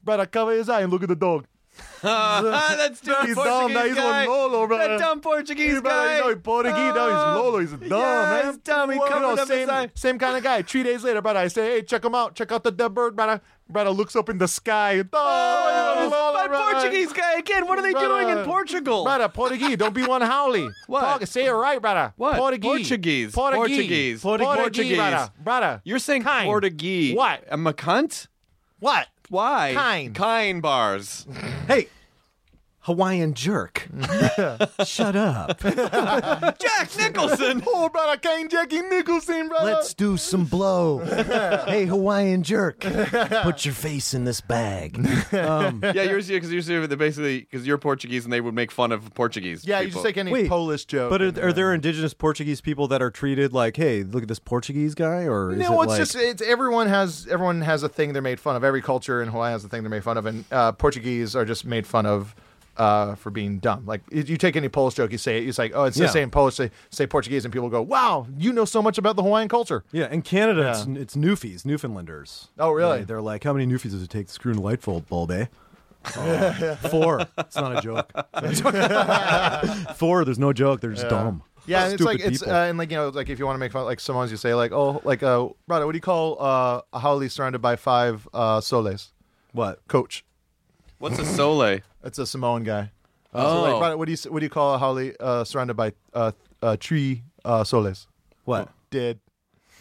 brother cover his eye and look at the dog (laughs)
Ah, that's dumb
He's
Portuguese
dumb, now he's
guy.
one Lolo, brother.
That dumb Portuguese
He's brother,
guy. Oh,
you know, he's Portuguese, now he's Lolo, he's dumb,
yeah,
man.
He's dumb. He
Well,
covered
you know,
up
same,
his eye.
same kind of guy. Three days later, brother, I say, hey, check him out. Check out the dead bird, brother. Brother looks up in the sky. Oh,
Oh,
Lolo,
that
brother.
Portuguese guy again. What are they
Brother.
doing in Portugal?
Brother, Portuguese, don't be one (laughs) howly.
What?
Talk- say it right, brother.
What?
Portuguese.
Portuguese.
Portuguese.
Portuguese. Portuguese.
brother. brother.
You're saying
Kind.
Portuguese.
What?
I'm a cunt?
What?
Why?
Kind.
Kind bars.
hey Hawaiian (laughs) jerk. Shut (laughs) up.
Jack
(laughs)
Nicholson.
oh, brother, King Jackie Nicholson, brother.
Let's do some
(laughs)
blow. hey, Hawaiian jerk, put your face in this
(laughs)
bag. Um,
yeah, yours because yours they basically because you're Portuguese and they would make fun of Portuguese.
Yeah, you
people.
just take any Polish joke.
But
and, uh,
are, are there indigenous Portuguese people that are treated like, hey, look at this Portuguese guy? Or is
no,
it
it's
like-
just it's everyone has everyone has a thing they're made fun of. Every culture in Hawaii has a thing they're made fun of, and uh, Portuguese are just made fun of uh, for being dumb. Like if you take any Polish joke, you say it, it's like, oh, it's the
Yeah.
same Polish. Say, say Portuguese, and people go, wow, you know so much about the Hawaiian culture.
Yeah, in Canada, it's, it's Newfies, Newfoundlanders.
Oh, really?
They, are like, how many Newfies does it take to screw in a light bulb, bulb, eh?
Yeah.
Oh, four. It's not a
(laughs)
joke. four, there's no joke. They're just
Yeah.
dumb.
Yeah, and it's like
Stupid
it's
people.
uh, and like you know like if you want to make fun like Samoans, you say like oh like uh brother, what do you call uh, a haole surrounded by five uh, soles?
What
coach?
What's a
(laughs)
sole?
It's a Samoan guy. Uh,
Oh.
So, like, brother, what do you s- what do you call a haole uh, surrounded by uh, uh, three uh, soles?
What
dead?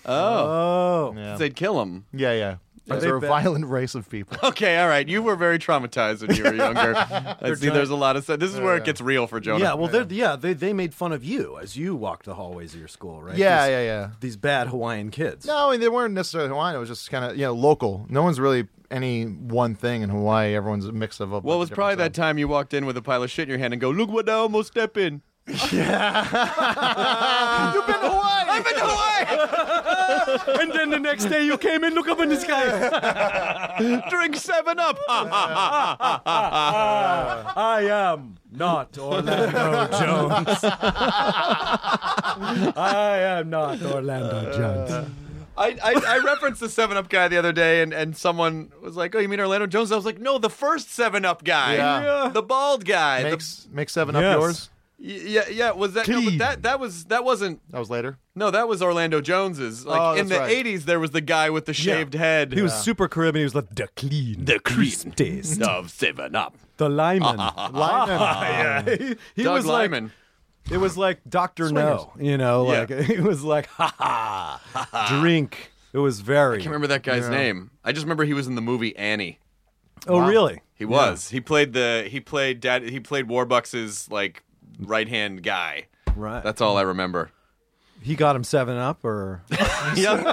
Oh,
Yeah.
they'd kill him.
Yeah, yeah.
Yeah.
They're a violent (laughs) race
(laughs)
of people.
Okay, all right. You were very traumatized when you were
(laughs)
younger. I
They're
see. There's a lot of stuff. This is where it gets real for Jonah.
Yeah, well, they're, yeah, they they made fun of you as you walked the hallways of your school, right?
Yeah,
These-
yeah, yeah.
These bad Hawaiian kids.
No, I mean, they weren't necessarily Hawaiian. It was just kind of you know local. No one's really any one thing in Hawaii. Everyone's a mix of a.
Well, it was probably that time you walked in with a pile of shit in your hand and go, "Look what I almost step in."
You've been to Hawaii.
I've been to Hawaii.
and then the next (laughs) day you came in, look up in the (laughs) sky.
Drink Seven Up.
I am not Orlando (laughs) Jones. I am not Orlando Jones.
I, I, I referenced the Seven Up guy the other day, and, and someone was like, "Oh, you mean Orlando Jones?" I was like, "No, the first Seven Up guy,
Yeah.
the bald guy." the-
(laughs) makes make seven up
Yes.
yours.
Y- yeah, yeah. Was that no, but that that was that wasn't
That was later.
no, that was Orlando Jones's. Like
Oh,
in
that's
the
right.
'80s, there was the guy with the shaved head.
He was super Caribbean. He was like the clean, the crisp
(laughs)
taste,
of Seven Up.
the
(laughs)
Lyman. Ah,
Lyman.
(laughs) yeah. He, he
Doug
was like
Liman.
it was like Doctor No. You know,
Yeah.
like (laughs) it was like ha ha drink. It was very.
I can't remember that guy's
you know.
name. I just remember he was in the movie Annie.
Oh really?
He was. He played the he played dad he played Warbucks's like right hand guy.
Right.
That's all I (laughs) remember.
He got him seven up or
yep.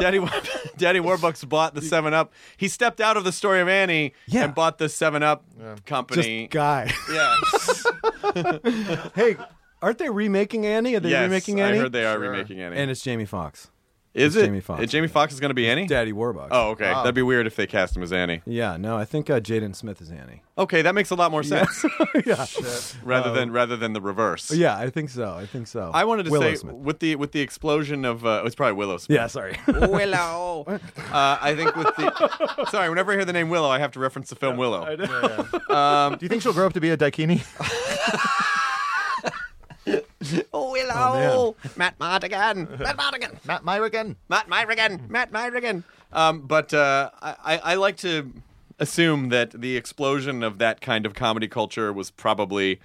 Daddy War- (laughs) Daddy Warbucks bought the Seven Up. He stepped out of the story of Annie
Yeah.
and bought the Seven Up company.
just guy.
(laughs) yeah.
hey, aren't they remaking Annie? Are (laughs) they
Yes,
remaking
I
Annie?
heard they are remaking Annie.
And it's Jamie Fox.
Is
it's
it
Jamie Foxx.
Is Jamie Fox is going to be Annie?
Daddy Warbucks.
Oh, okay. That'd be weird if they cast him as Annie.
Yeah, no, I think uh, Jaden Smith is (laughs) Annie.
Okay, that makes a lot
(laughs)
more sense
Oh, yeah. Um,
rather than rather than the reverse.
yeah, I think so. I think so.
I wanted to
Willow
say
Smith.
with the with the explosion of uh, it's probably Willow Smith.
Yeah,
(laughs)
sorry.
Willow. Uh, I think with the sorry, whenever I hear the name Willow, I have to reference the film Willow.
Do you think she'll grow up to be a daikini? (laughs)
Oh,
Oh,
Matt Mardigan. Matt Mardigan.
Not Myrigan.
Matt Myrigan. Matt Myrigan. Um, but uh, I, I I like to assume that the explosion of that kind of comedy culture was probably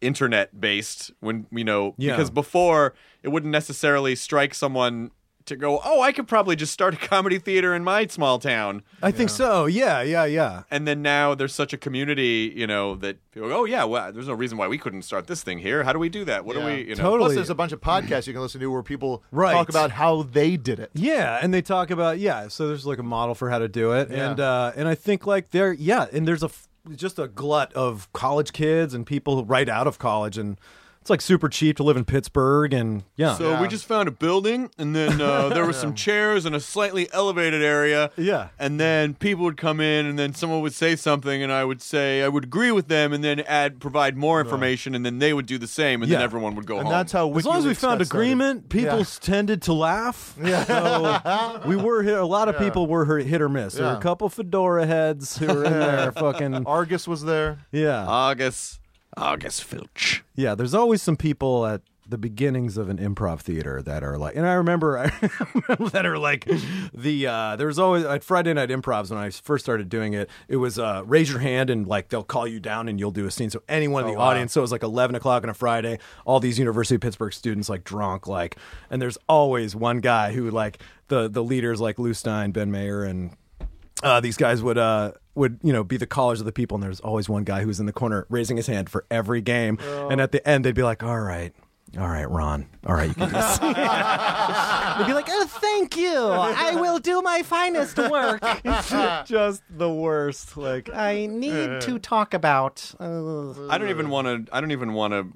internet based when you know
Yeah.
because before it wouldn't necessarily strike someone to go oh i could probably just start a comedy theater in my small town
I think so. Yeah, yeah, yeah.
and then now there's such a community, you know, that people go, oh yeah, well, there's no reason why we couldn't start this thing here. How do we do that? What do we, you know?
Totally.
Plus, there's a bunch of podcasts you can listen to where people
Right.
talk about how they did it.
Yeah, and they talk about yeah. So there's like a model for how to do it,
Yeah.
and uh, and I think like there, yeah, and there's a f- just a glut of college kids and people right out of college, and it's like super cheap to live in Pittsburgh, and yeah,
So we just found a building, and
(laughs)
then uh, there were some chairs in a slightly elevated area.
Yeah.
And then people would come in, and then someone would say something, and I would say I would agree with them, and then add provide more information, and then they would do the same, and then
Yeah.
everyone would go
And
home.
that's how
as long as we
WikiLeaks
found
got started.
agreement, people
Yeah.
s- tended to laugh. Yeah. So we were hit. A lot of people were hit- hit or miss. There were
Yeah.
a couple fedora heads who were in there,
(laughs)
fucking
Argus was there.
yeah,
August, August Filch.
yeah. There's always some people at the beginnings of an improv theater that are like, and I remember, (laughs) I remember that are like the uh, there was always at Friday night improvs when I first started doing it. It was uh, raise your hand and like they'll call you down and you'll do a scene. So anyone in the audience. So it was like 11 o'clock on a Friday. All these University of Pittsburgh students like drunk, like, and there's always one guy who like the the leaders like Lou Stein, Ben Mayer, and uh, these guys would uh, would you know be the callers of the people, and there's always one guy who was in the corner raising his hand for every game, and at the end they'd be like, "All right, all right, Ron, all right, you can do this."
They'd be like, oh, thank you. I will do my finest work.
(laughs) Just the worst. Like
I need to talk about. uh,
I don't even want to. I don't even want to.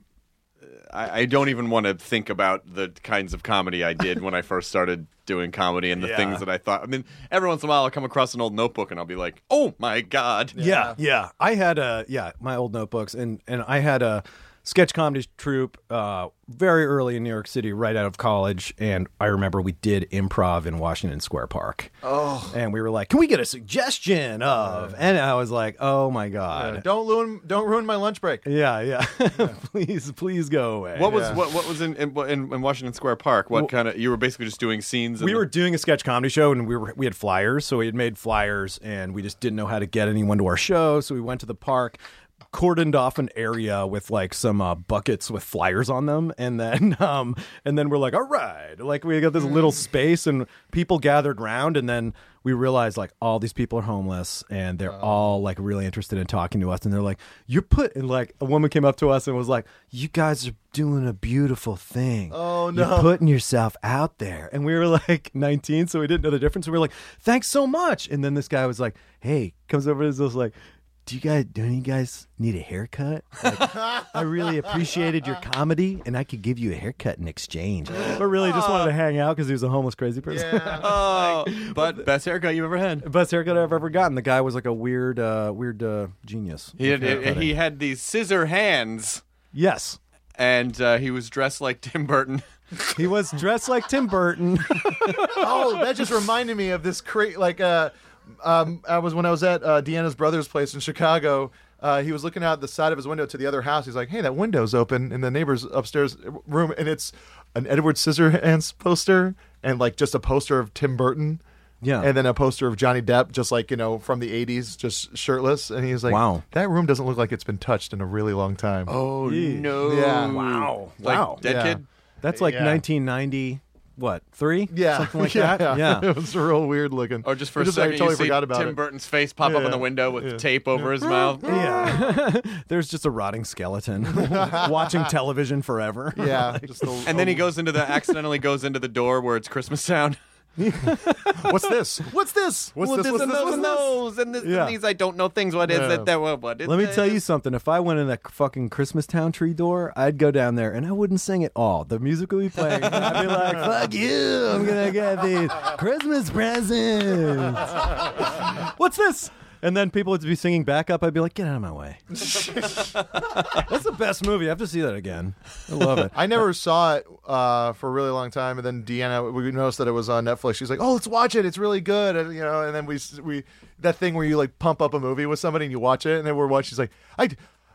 I, I don't even want to think about the kinds of comedy I did when I first started doing comedy and the
Yeah.
things that I thought. I mean, every once in a while I'll come across an old notebook and I'll be like, "Oh my god!"
Yeah, yeah. I had a yeah, my old notebooks and and I had a sketch comedy troupe uh very early in New York City right out of college and I remember we did improv in Washington Square Park.
Oh.
And we were like, "Can we get a suggestion of?" And I was like, "Oh my god."
Uh, don't ruin don't ruin my lunch break.
Yeah, yeah. (laughs) please, please go away.
What was
Yeah.
what what was in in, in, in Washington Square Park? What kind of you were basically just doing scenes. in
we
the-
were doing a sketch comedy show and we were we had flyers so we had made flyers and we just didn't know how to get anyone to our show so we went to the park cordoned off an area with like some uh, buckets with flyers on them and then (laughs) um and then we're like all right like we got this little space and people gathered round and then we realized like all these people are homeless and they're all like really interested in talking to us and they're like you're put and like a woman came up to us and was like you guys are doing a beautiful thing
Oh,
you're
no.
putting yourself out there. And we were (laughs) like 19, so we didn't know the difference. And we were like, thanks so much. And then this guy was like, hey, comes over to us, was like, do you guys, do any of you guys need a haircut?
(laughs)
Like, I really appreciated your comedy, and I could give you a haircut
(laughs)
in exchange. But really, just wanted to hang out because he was a homeless crazy person.
(laughs) Oh, but best haircut you've ever had.
Best haircut I've ever gotten. The guy was like a weird, uh, weird uh, genius.
He had
Haircutting.
he had these scissor hands,
yes,
and uh, he was dressed like Tim Burton.
he was dressed like Tim Burton. (laughs)
oh, that just reminded me of this cra Like, uh, um, I was when I was at uh, Deanna's brother's place in Chicago. Uh, he was looking out the side of his window to the other house. He's like, "Hey, that window's open in the neighbor's upstairs room, and it's an Edward Scissorhands poster and like just a poster of Tim Burton."
Yeah.
And then a poster of Johnny Depp, just like, you know, from the 80s, just shirtless. And he's like,
Wow.
That room doesn't look like it's been touched in a really long time.
Oh no!
Yeah.
Wow.
Like
wow.
Dead Kid.
That's like
Yeah.
1990. What three?
Yeah.
something like
(laughs) Yeah.
that. Yeah.
it was real weird looking.
Or Oh, just for
I
a second,
I totally
you see
forgot about
Tim
it.
Burton's face pop up in
Yeah.
the window with
Yeah.
tape over his mouth.
Yeah. (laughs) There's just a rotting skeleton (laughs) watching television forever.
(laughs)
Yeah,
Like-
just a-
And then he goes into the accidentally goes into the door where it's Christmas sound.
What's this? What's this? What's
Well,
this? What's
and
this?
those
What's
and
this?
those and this
Yeah.
and these I don't know things. What is
Yeah.
it? That what, what is
Let me
it?
tell you something. If I went in that fucking Christmas Town tree door, I'd go down there and I wouldn't sing at all. The music would be playing. and I'd be like, "Fuck you! I'm gonna get these Christmas presents." What's this? And then people would be singing back up. I'd be like, "Get out of my way." (laughs) That's the best movie. I have to see that again. I love it.
I never saw it uh, for a really long time, and then Deanna, we noticed that it was on Netflix. She's like, "Oh, let's watch it. It's really good," and, you know. And then we we that thing where you like pump up a movie with somebody and you watch it, and then we're watching. She's like, "I."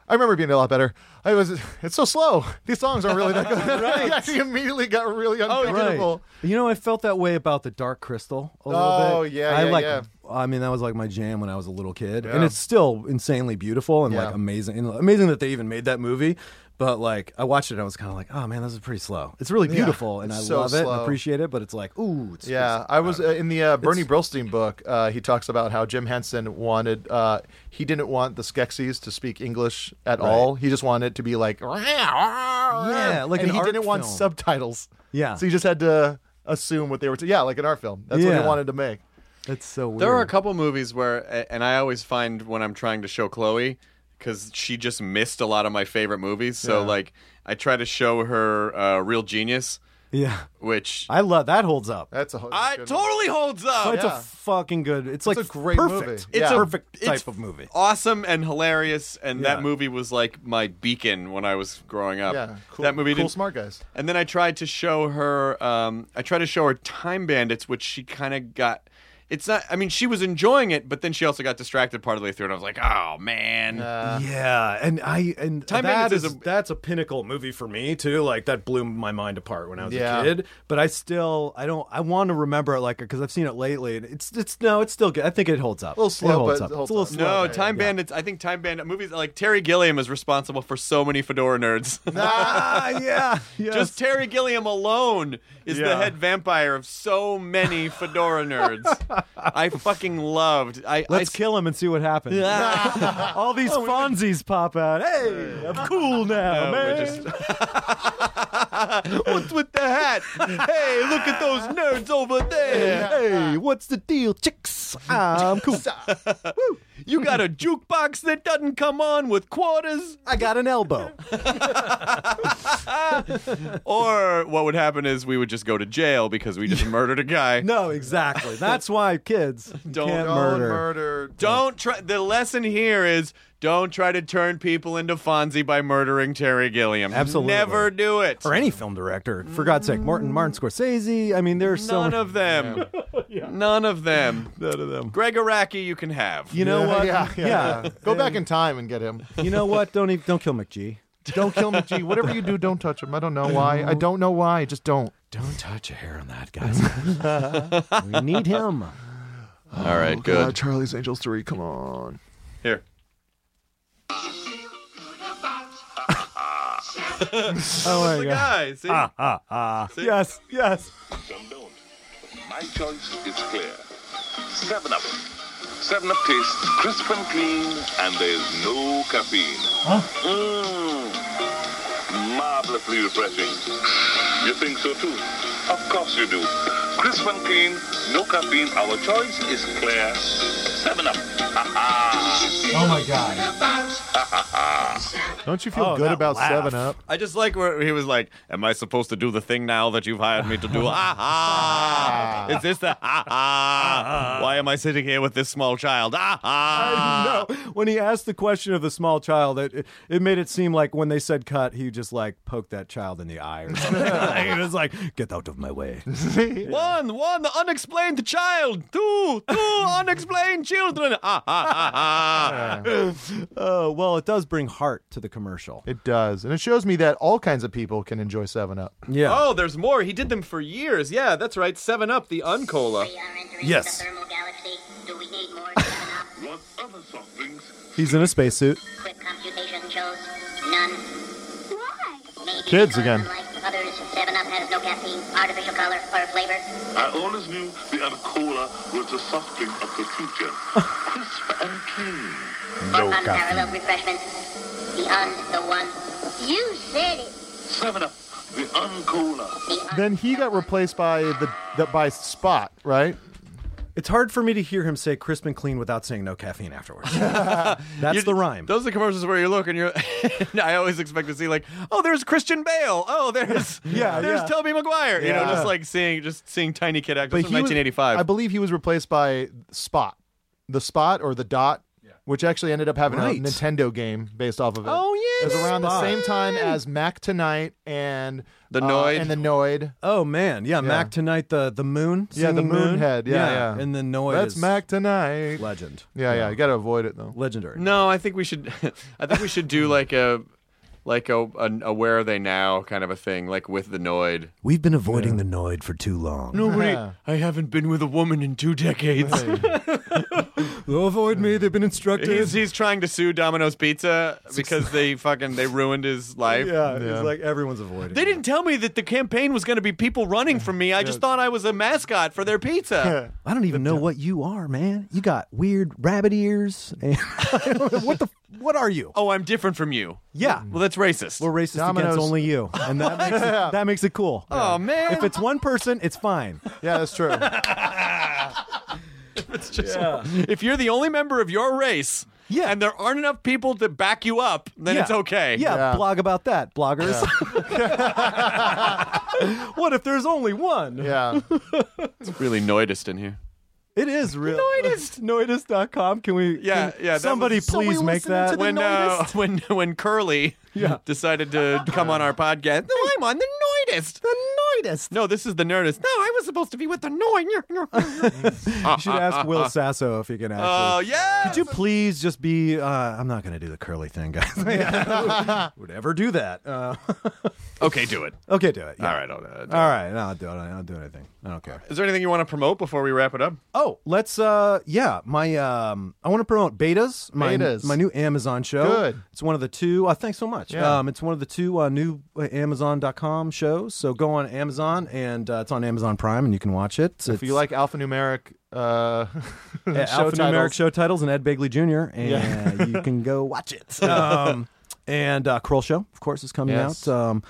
I remember it being a lot better. I was. (laughs) It's so slow. These songs aren't really that good. (laughs) right. Oh, I immediately got really uncomfortable.
You know, I felt that way about the Dark Crystal a little
Oh,
bit.
yeah,
I
yeah,
like.
yeah.
I mean, that was like my jam when I was a little kid, and
Yeah.
it's still insanely beautiful and like
Yeah.
amazing. And amazing that they even made that movie. But like, I watched it, and I was kind of like, oh man, this is pretty slow. It's really
Yeah.
beautiful, and
It's
I
so
love it, and
slow.
appreciate it. But it's like, ooh, it's
Yeah, I was uh, in the uh, Bernie Brillstein book. Uh, he talks about how Jim Henson wanted uh, he didn't want the Skeksis to speak English at
Right.
all. He just wanted it to be like yeah,
like
and
an
he
art
didn't want
film.
subtitles.
Yeah.
so he just had to assume what they were. T- yeah, like an art film. That's what
Yeah.
he wanted to make.
That's so weird.
There are a couple movies where, a- and I always find when I'm trying to show Chloe, because she just missed a lot of my favorite movies. So
Yeah.
like, I try to show her uh, Real Genius,
yeah,
which
I love that holds up.
That's a.
I totally holds up.
It's a fucking good. It's, like
Oh, a great
perfect.
movie.
It's
Yeah.
a perfect
it's
type of movie.
Awesome and hilarious, and
Yeah.
that movie was like my beacon when I was growing up.
Yeah, cool,
that movie
cool
did
smart guys.
And then I tried to show her. Um, I tried to show her Time Bandits, which she kind of got. It's not. I mean, she was enjoying it, but then she also got distracted part of the way through, and I was like, "Oh man."
yeah, and I and
Time
that is,
Bandits is a-
that's a pinnacle movie for me too. Like that blew my mind apart when I was
Yeah.
a kid. But I still I don't I want to remember it like because I've seen it lately and it's it's no it's still good. I think it holds up.
A little
it
slow,
holds
but
up.
it holds
it's a little
up.
slow.
no, Time Bandits. I think Time Bandit movies like Terry Gilliam is responsible for so many Fedora nerds.
(laughs) ah, yeah, yes.
Just Terry Gilliam alone is the
Yeah.
head vampire of so many Fedora nerds. I fucking loved. I
Let's
I,
kill him and see what happens. (laughs) All these Fonzies pop out. Hey, I'm cool now,
No, we're
man. (laughs)
just- What's with the hat? Hey, look at those nerds over there.
Hey, what's the deal, chicks? I'm (laughs) cool.
You got a jukebox that doesn't come on with quarters?
I got an elbow.
or what would happen is we would just go to jail because we just murdered a guy.
No, exactly. That's why kids
Don't-
can't
Don't
murder.
murder.
Don't try. The lesson here is don't try to turn people into Fonzie by murdering Terry Gilliam.
Absolutely.
Never do it.
Or any film director, for God's sake, Martin Martin Scorsese. I mean, there's so
None
many-
of them. None
(laughs)
of them.
None of them.
Greg Araki, you can have.
You know what?
Yeah, yeah.
Yeah.
Go back in time and get him.
You know what? Don't even, don't kill McGee.
Don't kill McGee. Whatever you do, don't touch him. I don't know why.
(laughs)
I don't know why. Just don't.
Don't touch a hair on that, (laughs) guys. we need him.
All right, good.
God, Charlie's Angels 3. Come on.
Here.
Oh
That's the guy. See?
Ah, ah, ah.
See?
Yes, yes.
Some don't. My choice is clear. Seven Up. Seven Up tastes crisp and clean, and there's no caffeine. Mmm. Marvelously refreshing. You think so too? Of course you do. Crisp and clean, no caffeine. Our choice is clear. Seven Up. Ha ha.
Oh my god.
Ha ha ha.
Don't you feel
Oh,
good
that
about
laugh.
7 Up?
I just like where he was like, "Am I supposed to do the thing now that you've hired me
(laughs)
to do?" Ah ah! Is this the ah ah? Why am I sitting here with this small child? Ah ah!
No, when he asked the question of the small child, it, it, it made it seem like when they said cut, he just like poked that child in the eye or something. (laughs)
(laughs)
Like, it was like, get out of my way.
One, one unexplained child. Two,
(laughs)
two unexplained children. Ah ah ah ah!
Oh, well, it does bring heart to the commercial.
It does. And it shows me that all kinds of people can enjoy 7 Up.
Yeah.
Oh, there's more. He did them for years. Yeah, that's right. Seven Up, the Uncola.
Yes.
(laughs)
What other soft drinks?
He's in a spacesuit.
Quick computation shows none. Why? Maybe
Kids
because
again.
Unlike others, 7 Up has no caffeine, artificial color, or flavor.
I always knew the Alcola was the soft drink of the
(laughs)
future. Crisp and clean.
or unparalleled refreshment. Beyond the one. You said it.
Seven Up, the Uncola.
Then he got replaced by the, the by Spot, right?
It's hard for me to hear him say crisp and clean without saying no caffeine afterwards.
(laughs)
That's the rhyme.
Those are the commercials where you look and you're. (laughs) and I always expect to see like, oh, there's Christian Bale. Oh, there's
(laughs) Yeah,
there's
yeah.
Toby Maguire. You know,
Yeah.
just like seeing just seeing tiny kid actors from
he was-
1985.
I believe he was replaced by Spot, the Spot or the Dot, which actually ended up having
Right.
a Nintendo game based off of it.
Oh, yeah,
it was around the
Spot.
same time as Mac Tonight and
The
uh,
Noid.
and the Noid.
Oh man, yeah, Mac tonight the the moon,
Yeah, the
singing
moon head. Yeah, yeah.
and the noise.
That's Mac tonight.
legend,
Yeah, yeah. You got to avoid it though.
legendary.
no, I think we should. (laughs) I think we should
Mm.
do like a. Like a, a, a where are they now kind of a thing, like with the Noid.
We've been avoiding the Noid for too long.
Nobody, I haven't been with a woman in two decades.
avoid me. They've been instructed.
(laughs) he's, he's trying to sue Domino's
(laughs)
Pizza because they fucking they ruined his life.
yeah,
Yeah.
it's like everyone's avoiding.
They didn't tell me that the campaign was going to be people running from me. I just thought I was a mascot for their pizza.
I don't even know what you are, man. You got weird rabbit ears. And
(laughs) what the? What are you?
oh, I'm different from you.
Yeah,
Well, that's racist.
we're racist
Domino's.
against only you, and that (laughs) makes it, that makes it cool.
Oh man,
If it's one person, it's fine.
(laughs) Yeah, that's
(laughs)
true.
It's just- if you're the only member of your race,
Yeah.
and there aren't enough people to back you up, then
Yeah.
it's okay.
Yeah,
Yeah.
blog about that, bloggers. (laughs) what if there's only one?
yeah.
it's really noidist in here.
It is real. Noidist. Noidist.com. Can we?
Yeah,
can
yeah, that
Somebody
was-
please make that.
When uh, (laughs) when when Curly
Yeah.
decided to come on our podcast, no, I'm on the noidist.
the Noidist.
No, this is the nerdist. No, I was supposed to be with
(laughs)
the noid.
Uh,
You should ask Will Sasso if you can actually.
Oh yeah.
Could you please just be? Uh, I'm not going to do the curly thing, guys. (laughs) I (laughs) would ever do that. Uh, (laughs)
Okay, do it.
okay, do it. yeah.
All right, I'll, uh, do
All
it.
right. No, I'll do it. I'll do anything. I don't care.
Is there anything you want to promote before we wrap it up?
Oh, let's. uh Yeah, my. um I want to promote Betas. My,
Betas.
My new Amazon show.
Good.
It's one of the two. Uh, thanks so much.
Yeah.
Um, it's one of the two uh, new uh, Amazon.com shows. So go on Amazon, and uh, it's on Amazon Prime, and you can watch it.
If you like alphanumeric uh, (laughs) show
alphanumeric
titles.
show titles and Ed Begley Jr., and
Yeah.
uh, you can go watch
(laughs)
it. Um, and uh, Kroll Show, of course, is coming
Yes.
out. Um,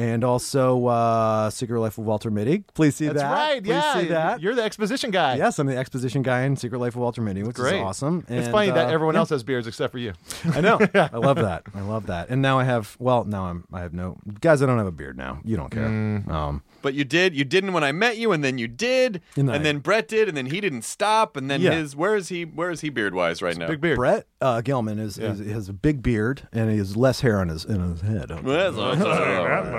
and also uh, Secret Life of Walter Mitty. Please see
That's
that.
right.
Please
Yeah,
see that.
you're the exposition guy.
Yes, I'm the exposition guy in Secret Life of Walter Mitty, which
Great,
is awesome.
it's
And,
funny that
uh,
everyone
yeah.
else has beards except for you.
I
(laughs)
know. I love that. I love that. And now I have. Well, now I'm. I have no guys. I don't have a beard now. You don't care.
Mm,
Um,
But you did. You didn't when I met you, and then you did,
And
and,
then I-
then Brett did, and then he didn't stop, and then
Yeah.
his. Where is he? Where is he beard wise right now?
Brett uh, Gelman is, is has a big beard and he has less hair on his in his head.
(laughs) Well,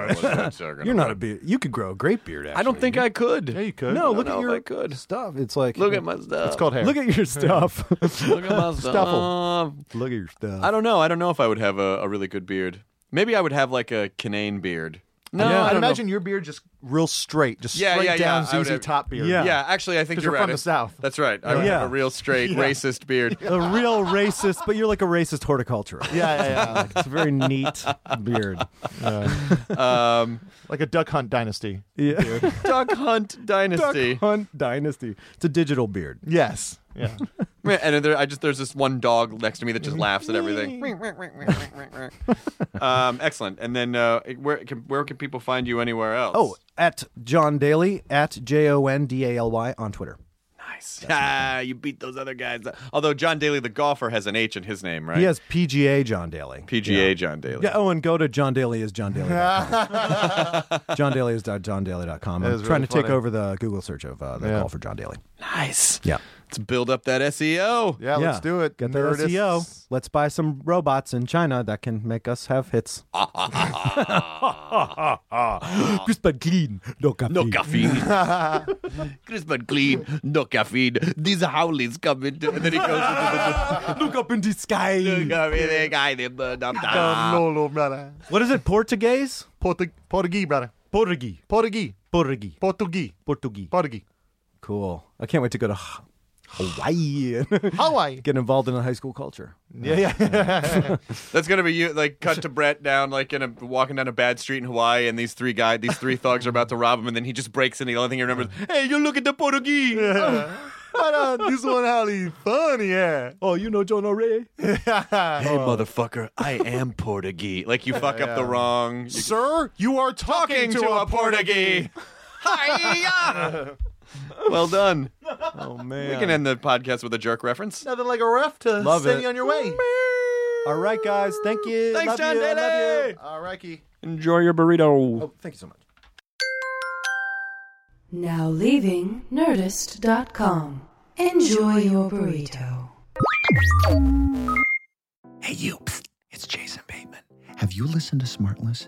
that's- that's- that's-
You're not a beard. You could grow a great beard. Actually.
I don't think I could.
Yeah, you could.
No, look at
know if I
your
could.
stuff. It's like
Look at my stuff. It's called hair.
Look at your
(laughs)
stuff.
Look at my stuff.
(laughs) Look at your stuff.
I don't know. I don't know if I would have a, a really good beard. Maybe I would have like a canane beard. No,
Yeah.
I
I'd
don't know.
imagine your beard just real straight, just
yeah,
straight
yeah,
down
yeah. I would
ZZ
have-
Top beard.
Yeah. (laughs) actually, I think
'Cause
you're,
you're
right.
from the South.
That's right. I would
Yeah.
have a real straight
Yeah.
racist beard.
a real racist, but you're like a racist
(laughs)
horticulturist.
Yeah, yeah, yeah.
Like, it's a very neat beard.
um,
like a Duck Hunt dynasty.
(laughs) Yeah.
beard.
Duck Hunt Dynasty.
(laughs) Duck Hunt Dynasty. It's a digital beard.
Yes. (laughs) Yeah.
Man, and there, I just there's this one dog next to me that just laughs
(laughs)
at everything. um, excellent. And then uh, where can, where can people find you anywhere else?
Oh, at John Daly at J O N D A L Y on Twitter.
nice. Ah, you beat those other guys. Although John Daly the golfer has an H in his name, right?
He has PGA John Daly.
PGA John Daly.
Yeah. Oh, and go to John Daly is John Daly.
(laughs)
John Daly is dot johndaly.com.
That
I'm
is
trying
really
to take
funny.
over the Google search of uh, the
Yeah.
call for John Daly.
Nice.
Yeah.
Let's build up that E SEO.
Get the
E
SEO. Let's buy some robots in China that can make us have hits.
Ah.
Ah. Crisp and clean. No caffeine. (laughs)
No caffeine. Crisp and clean. No caffeine. These howlies come into. And then he goes
(laughs)
(laughs) into the.
Look up in the sky.
Look up in the sky. the bird up there.
Down low, low, brother.
What is it? Portuguese?
Portu- Portuguese, brother.
Portuguese.
Portuguese.
Portuguese.
Portuguese.
Portuguese.
Portuguese.
Cool. I can't wait to go to Ha- Hawaii.
Hawaii.
(laughs) Get involved in the high school culture.
(laughs) Yeah, yeah.
That's gonna be you. Like cut to Brett down, like in a walking down a bad street in Hawaii, and these three guys, these three thugs are about to rob him, and then he just breaks in. and The only thing he remembers, hey, you look at the Portuguese. Oh.
But uh, this one howly funny, yeah.
Oh, you know John
(laughs)
O'Reilly?
Hey, motherfucker, I am Portuguese. Like you fuck up the wrong. You
Sir, you are talking,
to a Portuguese. (laughs) Hi-ya! well done.
Oh man.
We can end the podcast with a jerk reference.
Nothing like a ref to
Love
send
it.
you on your way.
All right, guys. Thank you.
Thanks,
Love
John
you. Love
Daly.
you.
All right, Key.
Enjoy your burrito.
Oh, thank you so much.
Now leaving Nerdist.com. Enjoy your burrito.
Hey, you. Psst. It's Jason Bateman. Have you listened to Smartless?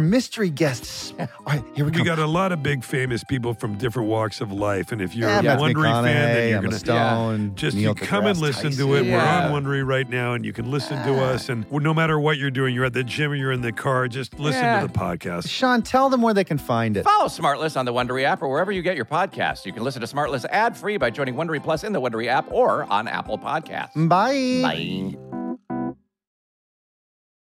mystery guests. All right, here we go.
We got a lot of big famous people from different walks of life, and if you're
Yeah,
a
Matthew
Wondery
McConaughey,
fan, then you're
Emma
gonna
Stone,
just
Neil
you come and
deGrasse
listen
Tyson.
to it.
Yeah.
We're on Wondery right now, and you can listen to us. And no matter what you're doing, you're at the gym or you're in the car, just listen
Yeah.
to the podcast.
Sean, tell them where they can find it.
Follow Smartless Oh, on the Wondery app or wherever you get your podcasts. You can listen to Smartless ad free by joining Wondery Plus in the Wondery app or on Apple Podcasts.
Bye.
Bye.